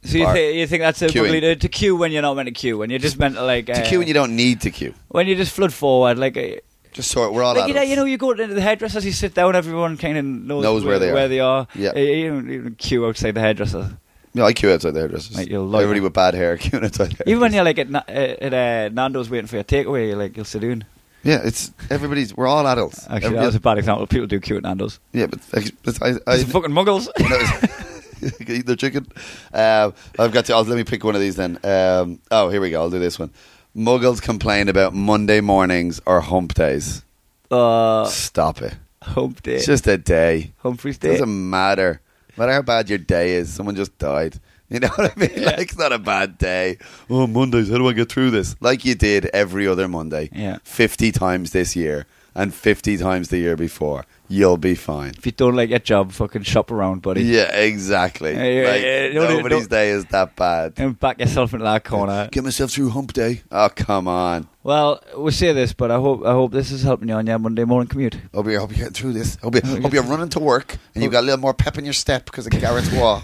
Speaker 2: So you,
Speaker 3: Bar-
Speaker 2: thi- you think that's a
Speaker 3: Queuing.
Speaker 2: probably to, to queue when you're not meant to queue, when you're just meant to like uh,
Speaker 3: To queue when you don't need to queue.
Speaker 2: when you just flood forward, like, uh,
Speaker 3: Just sort. We're all
Speaker 2: like you, know,
Speaker 3: adults.
Speaker 2: you know, you go into the hairdressers, you sit down, everyone kind of knows,
Speaker 3: Knows where they are.
Speaker 2: where they are.
Speaker 3: Yeah.
Speaker 2: Uh, you don't even queue outside the hairdresser.
Speaker 3: No, I queue outside the hairdressers.
Speaker 2: Mate, you'll like
Speaker 3: Everybody
Speaker 2: it.
Speaker 3: with bad hair queuing outside. the
Speaker 2: Even when
Speaker 3: hairdressers.
Speaker 2: you're like at, Na- uh, at uh, Nando's waiting for your takeaway, you're like you'll sit down.
Speaker 3: yeah, it's everybody's. We're all adults.
Speaker 2: Actually, that
Speaker 3: Everybody-
Speaker 2: was a bad example. People do queue at Nando's.
Speaker 3: yeah, but I, but I, I
Speaker 2: It's fucking muggles.
Speaker 3: eat the chicken. Um, I've got to. I'll, let me pick one of these then. Um, oh, here we go. I'll do this one. Muggles complain about Monday mornings or hump days.
Speaker 2: uh,
Speaker 3: Stop it.
Speaker 2: hump day.
Speaker 3: It's just a day.
Speaker 2: Humphrey's
Speaker 3: It
Speaker 2: day.
Speaker 3: doesn't matter. No matter how bad your day is, someone just died. You know what I mean? Like, it's not a bad day. Oh, Mondays, how do I get through this? Like you did every other Monday.
Speaker 2: Yeah.
Speaker 3: 50 times this year and 50 times the year before. You'll be fine.
Speaker 2: If you don't like your job, fucking shop around, buddy.
Speaker 3: Yeah, exactly.
Speaker 2: Yeah, yeah,
Speaker 3: Like,
Speaker 2: yeah. Don't-
Speaker 3: nobody's
Speaker 2: don't-
Speaker 3: day is that bad.
Speaker 2: And back yourself into that corner.
Speaker 3: Get myself through hump day. Oh, come on.
Speaker 2: Well, we'll say this, but I hope I hope this is helping you on your Monday morning commute.
Speaker 3: Hope you're, hope you're getting through this. Hope, you, hope you're running to work and you've got a little more pep in your step because of Garrett's wall.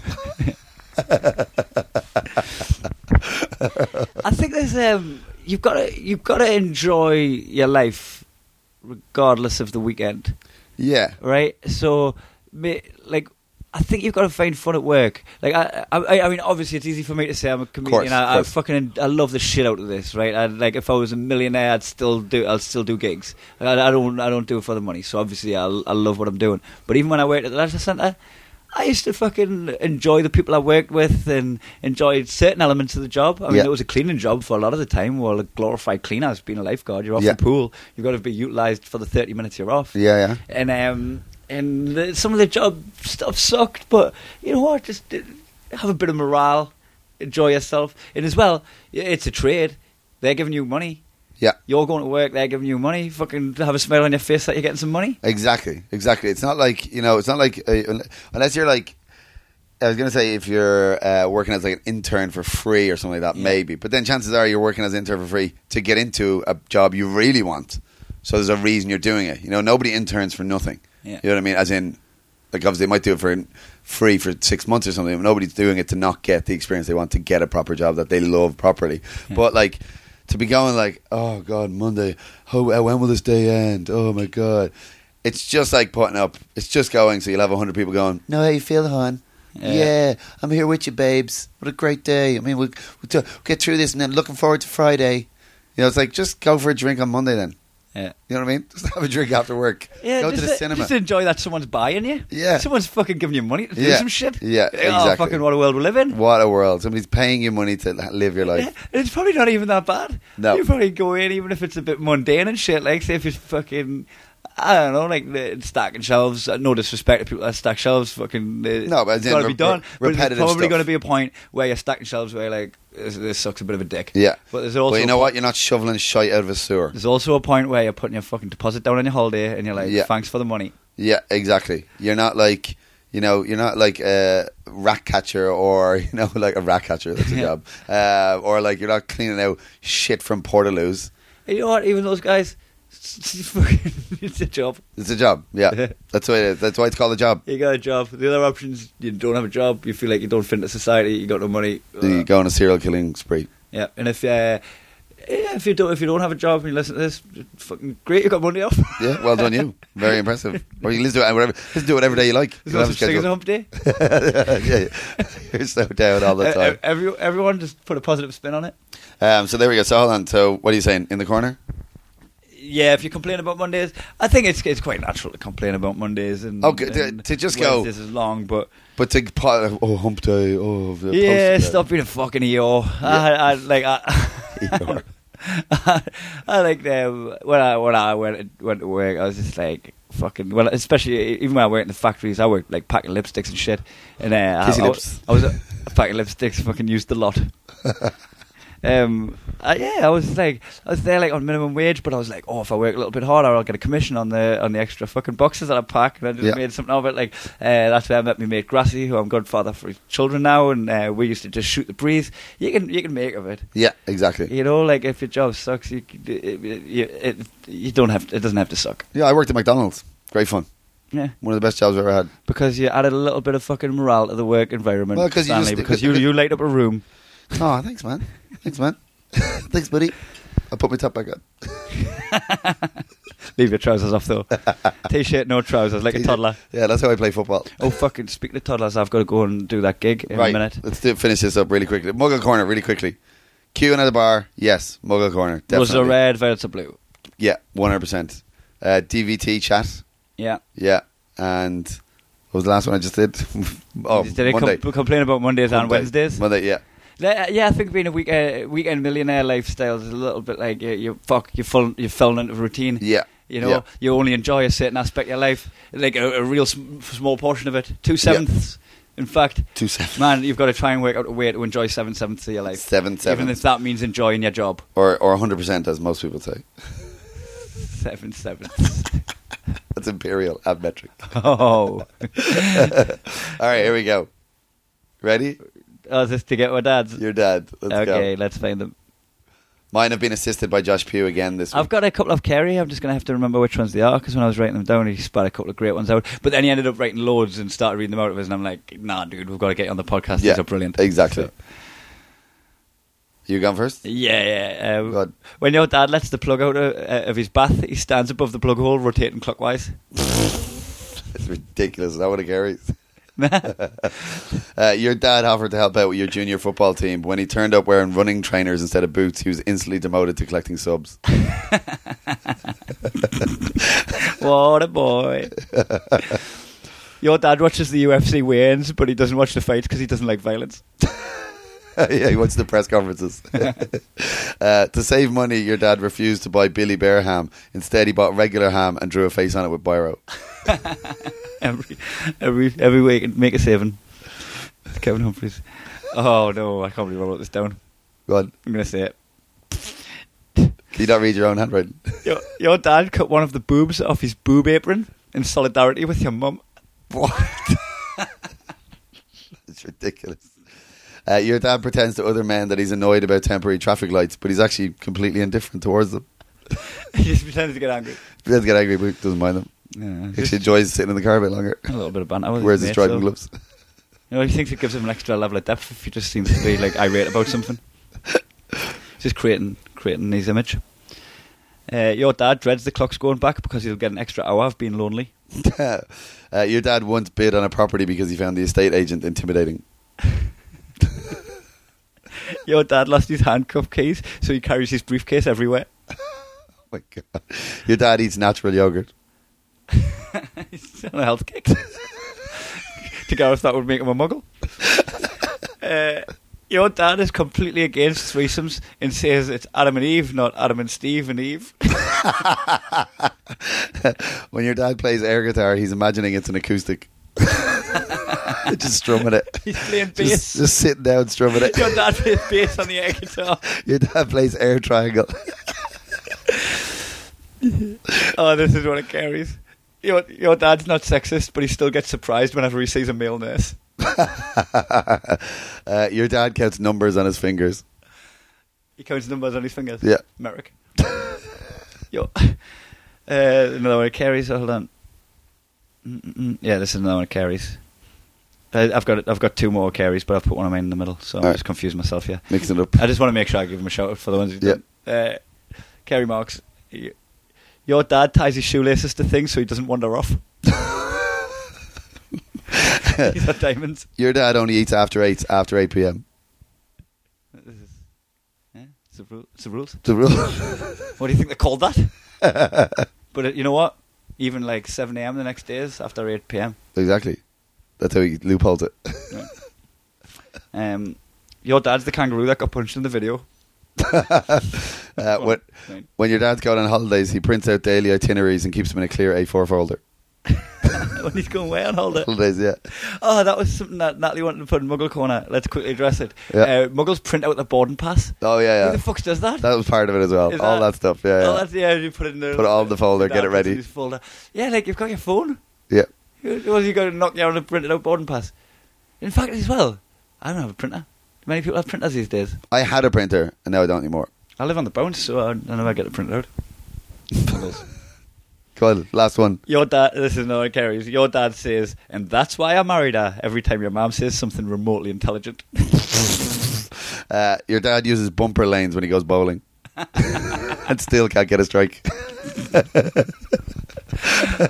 Speaker 2: I think there's um, you've got to you've got to enjoy your life, regardless of the weekend,
Speaker 3: Yeah.
Speaker 2: right? So, ma- like, I think you've got to find fun at work. Like, I, I, I mean, obviously, it's easy for me to say I'm a comedian.
Speaker 3: Course,
Speaker 2: I, I
Speaker 3: course.
Speaker 2: fucking I love the shit out of this, right? I, like, if I was a millionaire, I'd still do I'd still do gigs. I, I don't I don't do it for the money. So obviously, I I love what I'm doing. But even when I worked at the leisure centre. I used to fucking enjoy the people I worked with and enjoyed certain elements of the job. I mean,
Speaker 3: Yeah.
Speaker 2: it was a cleaning job for a lot of the time. Well, a glorified cleaner as being a lifeguard. You're off
Speaker 3: Yeah.
Speaker 2: the pool. You've got to be utilised for the 30 minutes you're off.
Speaker 3: Yeah, yeah.
Speaker 2: And um, and the, some of the job stuff sucked, but you know what? Just uh, have a bit of morale, enjoy yourself, and as well, y- it's a trade. They're giving you money.
Speaker 3: Yeah.
Speaker 2: You're going to work. They're giving you money. Fucking have a smile on your face that you're getting some money.
Speaker 3: Exactly, exactly. It's not like you know, it's not like uh, un- unless you're like. I was gonna say if you're uh, working as like an intern for free or something like that,
Speaker 2: Yeah.
Speaker 3: maybe. But then chances are you're working as an intern for free to get into a job you really want. So there's a reason you're doing it. You know, nobody interns for nothing.
Speaker 2: Yeah.
Speaker 3: You know what I mean? As in, like obviously they might do it for free for six months or something. But nobody's doing it to not get the experience they want to get a proper job that they love properly. But like to be going like, oh god, Monday. Oh, uh, when will this day end? Oh my god. It's just like putting up. It's just going. So you'll have hundred people going. No, how you feel, hon?
Speaker 2: Yeah.
Speaker 3: Yeah. I'm here with you, babes. What a great day. I mean, we'll, we'll get through this, and then looking forward to Friday. You know, it's like just go for a drink on Monday then.
Speaker 2: Yeah.
Speaker 3: You know what I mean? Just have a drink after work. go to
Speaker 2: just,
Speaker 3: the
Speaker 2: uh,
Speaker 3: cinema.
Speaker 2: Just enjoy that someone's buying you.
Speaker 3: Yeah.
Speaker 2: Someone's fucking giving you money to do
Speaker 3: Yeah.
Speaker 2: some shit.
Speaker 3: Yeah,
Speaker 2: Oh,
Speaker 3: exactly.
Speaker 2: fucking what a world we live in.
Speaker 3: What a world! Somebody's paying you money to l- live your
Speaker 2: Yeah,
Speaker 3: life.
Speaker 2: It's probably not even that bad.
Speaker 3: No.
Speaker 2: You probably go in, even if it's a bit mundane and shit. Like, say if it's fucking, I don't know, like the stacking shelves. uh, No disrespect to people that stack shelves. Fucking, uh,
Speaker 3: No, but
Speaker 2: it's
Speaker 3: as in
Speaker 2: got to
Speaker 3: re-
Speaker 2: be done.
Speaker 3: re-
Speaker 2: But there's
Speaker 3: repetitive
Speaker 2: probably
Speaker 3: stuff.
Speaker 2: going to be a point where you're stacking shelves where you're like, this, this sucks a bit of a dick.
Speaker 3: Yeah,
Speaker 2: But there's also
Speaker 3: you know
Speaker 2: a-
Speaker 3: what? You're not shoveling shite out of a sewer.
Speaker 2: There's also a point where you're putting your fucking deposit down on your holiday and you're like,
Speaker 3: Yeah.
Speaker 2: thanks for the money.
Speaker 3: Yeah, exactly. You're not like you know, you're not like a rat catcher or you know, like a rat catcher. That's a
Speaker 2: Yeah.
Speaker 3: job. Uh, or like you're not cleaning out shit from Portaloos.
Speaker 2: And you know what? Even those guys, fucking, it's a job.
Speaker 3: It's a job. Yeah, that's why it is. That's why it's called a job.
Speaker 2: You got a job. The other options, you don't have a job. You feel like you don't fit into society. You got no money.
Speaker 3: You go on a serial killing spree.
Speaker 2: Yeah, and if uh, yeah, if you don't if you don't have a job and you listen to this, fucking great, you got Monday off.
Speaker 3: Yeah, well done you. Very impressive. Or you can listen to it whatever. Listen to it whatever day you like.
Speaker 2: There's
Speaker 3: You'll
Speaker 2: no
Speaker 3: have a
Speaker 2: such thing as a
Speaker 3: schedule.
Speaker 2: hump day.
Speaker 3: yeah, yeah. you're so down all the
Speaker 2: Uh,
Speaker 3: time.
Speaker 2: ev- every, everyone just put a positive spin on it.
Speaker 3: Um, so there we go. So hold on. So what are you saying in the corner?
Speaker 2: Yeah, if you complain about Mondays, I think it's it's quite natural to complain about Mondays and
Speaker 3: Okay, to-
Speaker 2: and
Speaker 3: Oh, to just go-
Speaker 2: This is long, but
Speaker 3: But to pot, oh hump day, oh the
Speaker 2: yeah,
Speaker 3: post-
Speaker 2: stop being a fucking EO. I, I like I,
Speaker 3: EO.
Speaker 2: I, like um, when I when I went went to work, I was just like fucking. Well, especially even when I worked in the factories, I worked like packing lipsticks and shit. And uh, I,
Speaker 3: Kissy
Speaker 2: I,
Speaker 3: lips.
Speaker 2: I was uh, packing lipsticks, fucking used a lot. Um, I, yeah, I was like, I was there like on minimum wage, but I was like, oh, if I work a little bit harder, I'll get a commission on the on the extra fucking boxes that I pack, and I just
Speaker 3: Yeah.
Speaker 2: made something of it. Like uh, that's where I met my mate Grassy, who I'm godfather for his children now, and uh, we used to just shoot the breeze. You can you can make of it,
Speaker 3: Yeah, exactly.
Speaker 2: you know. Like if your job sucks, you c- it, it, you, it, you don't have to, it doesn't have to suck.
Speaker 3: Yeah, I worked at McDonald's. Great fun.
Speaker 2: Yeah,
Speaker 3: One of the best jobs I've ever had.
Speaker 2: because you added a little bit of fucking morale to the work environment,
Speaker 3: Well, 'cause you
Speaker 2: Stanley,
Speaker 3: just-
Speaker 2: because you you light up a room.
Speaker 3: Oh, thanks, man. Thanks, man. thanks, buddy. I put my top back on.
Speaker 2: Leave your trousers off though. T-shirt, no trousers, like a toddler.
Speaker 3: Yeah, that's how I play football.
Speaker 2: Oh fucking! Speaking of toddlers, I've got to go and do that gig in
Speaker 3: right,
Speaker 2: a minute.
Speaker 3: let's do, finish this up really quickly. Muggle corner, really quickly. Q and at the bar, yes. Muggle corner, definitely.
Speaker 2: Was a red, violet's a blue.
Speaker 3: Yeah, one hundred percent. Uh, DVT chat,
Speaker 2: Yeah.
Speaker 3: yeah, and what was the last one I just did? oh,
Speaker 2: Did they
Speaker 3: Monday.
Speaker 2: com- complain about Mondays and
Speaker 3: Monday.
Speaker 2: Wednesdays?
Speaker 3: Monday, yeah.
Speaker 2: Le- Yeah, I think being a week, uh, weekend millionaire lifestyle is a little bit like you, you fuck, you fall, you fell into routine.
Speaker 3: Yeah.
Speaker 2: You know,
Speaker 3: Yeah.
Speaker 2: you only enjoy a certain aspect of your life, like a, a real sm- small portion of it, two sevenths. In fact,
Speaker 3: Two seven.
Speaker 2: man, you've got to try and work out a way to enjoy seven sevenths of your life.
Speaker 3: Seven
Speaker 2: Even
Speaker 3: sevenths.
Speaker 2: if that means enjoying your job,
Speaker 3: Or or hundred percent as most people say.
Speaker 2: seven sevenths.
Speaker 3: That's imperial and metric.
Speaker 2: oh,
Speaker 3: Alright, here we go. Ready?
Speaker 2: oh, is this to get my dad's?
Speaker 3: Your dad. Let's
Speaker 2: okay,
Speaker 3: go.
Speaker 2: let's find them.
Speaker 3: Mine have been assisted by Josh Pugh again this week.
Speaker 2: I've got a couple of Kerry. I'm just going to have to remember which ones they are because when I was writing them down, he spat a couple of great ones out. But then he ended up writing loads and started reading them out of us, and I'm like, nah, dude, we've got to get you on the podcast. These are brilliant.
Speaker 3: Exactly.
Speaker 2: So-
Speaker 3: You gone first?
Speaker 2: yeah, yeah. Um,
Speaker 3: Go on.
Speaker 2: when your dad lets the plug out of, uh, of his bath, he stands above the plug hole, rotating clockwise.
Speaker 3: It's ridiculous. Is that what it carries?
Speaker 2: yeah,
Speaker 3: Uh, your dad offered to help out with your junior football team. When he turned up wearing running trainers instead of boots, he was instantly demoted to collecting subs.
Speaker 2: what a boy. Your dad watches the UFC weigh-ins, but he doesn't watch the fights because he doesn't like violence.
Speaker 3: yeah, he went to the press conferences. uh, to save money, your dad refused to buy Billy Bear ham. Instead, he bought regular ham and drew a face on it with Biro.
Speaker 2: Every every every week, make a saving. Kevin Humphries. Oh no, I can't believe I wrote this down.
Speaker 3: Go on.
Speaker 2: I'm gonna say it.
Speaker 3: Can you not read your own handwriting?
Speaker 2: Your, your dad cut one of the boobs off his boob apron in solidarity with your mum.
Speaker 3: What? it's ridiculous. Uh, your dad pretends to other men that he's annoyed about temporary traffic lights, but he's actually completely indifferent towards them.
Speaker 2: he just pretended to get angry.
Speaker 3: He doesn't get angry, but he doesn't mind them.
Speaker 2: Yeah,
Speaker 3: He actually enjoys sitting in the car a bit longer.
Speaker 2: a little bit of banter. with
Speaker 3: Wears his
Speaker 2: mate,
Speaker 3: driving
Speaker 2: so-
Speaker 3: gloves.
Speaker 2: You know, he thinks it gives him an extra level of depth if he just seems to be like irate about something. Just creating creating his image. Uh, your dad dreads the clocks going back because he'll get an extra hour of being lonely.
Speaker 3: uh, your dad once bid on a property because he found the estate agent intimidating.
Speaker 2: Your dad lost his handcuff keys, so he carries his briefcase everywhere.
Speaker 3: Oh my god! Your dad eats natural yogurt.
Speaker 2: He's on a health kick. to go if that would make him a muggle. Uh, your dad is completely against threesomes and says it's Adam and Eve, not Adam and Steve and Eve.
Speaker 3: When your dad plays air guitar, he's imagining it's an acoustic. just strumming it.
Speaker 2: He's playing bass.
Speaker 3: Just, just sitting down strumming it.
Speaker 2: Your dad plays bass on the air guitar.
Speaker 3: Your dad plays air triangle.
Speaker 2: Oh, this is what it carries. Your, your dad's not sexist, but he still gets surprised whenever he sees a male nurse.
Speaker 3: uh, your dad counts numbers on his fingers.
Speaker 2: He counts numbers on his fingers.
Speaker 3: Yeah.
Speaker 2: Merrick. Yo, uh, another one it carries. Hold on. Mm-mm-mm. Yeah, this is another one it carries. I, I've got I've got two more carries, but I've put one of mine in the middle, so I'm
Speaker 3: Alright.
Speaker 2: just confused myself here.
Speaker 3: Mixing it up.
Speaker 2: I just want to make sure I give him a shout out for the ones who
Speaker 3: Yeah.
Speaker 2: didn't. Uh, Kerry Marks, y- your dad ties his shoelaces to things so he doesn't wander off. These are diamonds.
Speaker 3: Your dad only eats after eight, after eight p.m.
Speaker 2: This is, yeah, it's the rule, it's the rules.
Speaker 3: The rule.
Speaker 2: What do you think they called that? but uh, you know what? Even like 7 a.m. the next day is after 8 p.m.
Speaker 3: exactly. That's how he loopholes it.
Speaker 2: Um, your dad's the kangaroo that got punched in the video.
Speaker 3: Uh, when,
Speaker 2: Right.
Speaker 3: when your dad's going on holidays, he prints out daily itineraries and keeps them in a clear A4 folder.
Speaker 2: when he's going away on holiday.
Speaker 3: Holidays, yeah.
Speaker 2: Oh, that was something that Natalie wanted to put in Muggle Corner. Let's quickly address it.
Speaker 3: Yeah.
Speaker 2: Uh, Muggles print out the boarding pass.
Speaker 3: Oh yeah, yeah.
Speaker 2: Who the fuck does that?
Speaker 3: That was part of it as well.
Speaker 2: Is
Speaker 3: all
Speaker 2: that-
Speaker 3: that stuff. Yeah,
Speaker 2: Oh,
Speaker 3: yeah.
Speaker 2: that's, yeah, you put it in the
Speaker 3: Put it all in the folder,
Speaker 2: Dad
Speaker 3: get it
Speaker 2: puts
Speaker 3: ready.
Speaker 2: in his folder. Yeah, like you've got your phone.
Speaker 3: yeah.
Speaker 2: Who- who else you going to knock down a printed out boarding pass? In fact, as well, I don't have a printer. Many people have printers these days.
Speaker 3: I had a printer and now I don't anymore.
Speaker 2: I live on the bounce, so I, I never get it printed out.
Speaker 3: Go on, last one.
Speaker 2: Your dad, this is no one carries. Your dad says, and that's why I married her. Every time your mom says something remotely intelligent,
Speaker 3: Uh, your dad uses bumper lanes when he goes bowling, and still can't get a strike.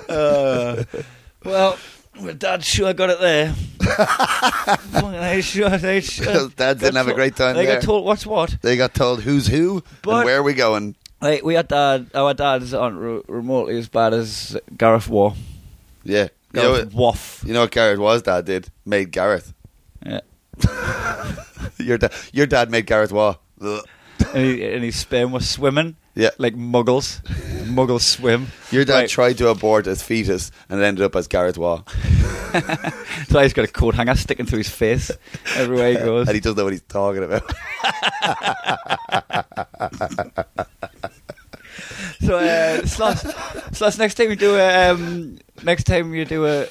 Speaker 2: uh, well, my dad sure got it there. Fucking they sure, they sure.
Speaker 3: Dad
Speaker 2: got
Speaker 3: didn't have a
Speaker 2: to-
Speaker 3: great time
Speaker 2: They
Speaker 3: there.
Speaker 2: got told what's what.
Speaker 3: They got told who's who and
Speaker 2: But-
Speaker 3: where are we going.
Speaker 2: Like we had dad, our dads aren't re- remotely as bad as Gareth War.
Speaker 3: Yeah, you know,
Speaker 2: Gareth
Speaker 3: what-
Speaker 2: Waff.
Speaker 3: you know what Gareth was. Dad did made Gareth.
Speaker 2: Yeah.
Speaker 3: Your dad, your dad made Gareth Waugh. Ugh.
Speaker 2: And, he, and his sperm was swimming.
Speaker 3: Yeah.
Speaker 2: Like muggles. muggles swim.
Speaker 3: Your dad
Speaker 2: Right.
Speaker 3: tried to abort as fetus and it ended up as Gareth Waugh.
Speaker 2: So he's got a coat hanger sticking through his face everywhere he goes.
Speaker 3: Uh, and he doesn't know what he's talking about.
Speaker 2: So uh, Sloss, Sloss, next time you do a um, next time you do a, a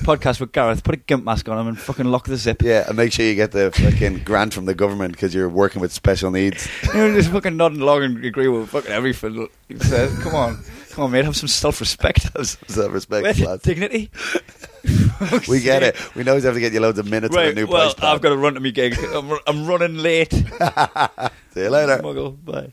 Speaker 2: podcast with Gareth, put a gimp mask on him and fucking lock the zip.
Speaker 3: yeah, and make sure you get the fucking grant from the government because you're working with special needs.
Speaker 2: You know, just fucking nodding along and agree with fucking everything he says. Come on, come on, mate, have some self-respect.
Speaker 3: Have some self-respect,
Speaker 2: Where's your
Speaker 3: lads.
Speaker 2: dignity?
Speaker 3: We get it. We know he's have to get you loads of minutes on
Speaker 2: Right,
Speaker 3: a new
Speaker 2: well,
Speaker 3: price plan.
Speaker 2: I've got to run to my gig. I'm, I'm running late.
Speaker 3: See you later.
Speaker 2: Muggle, bye.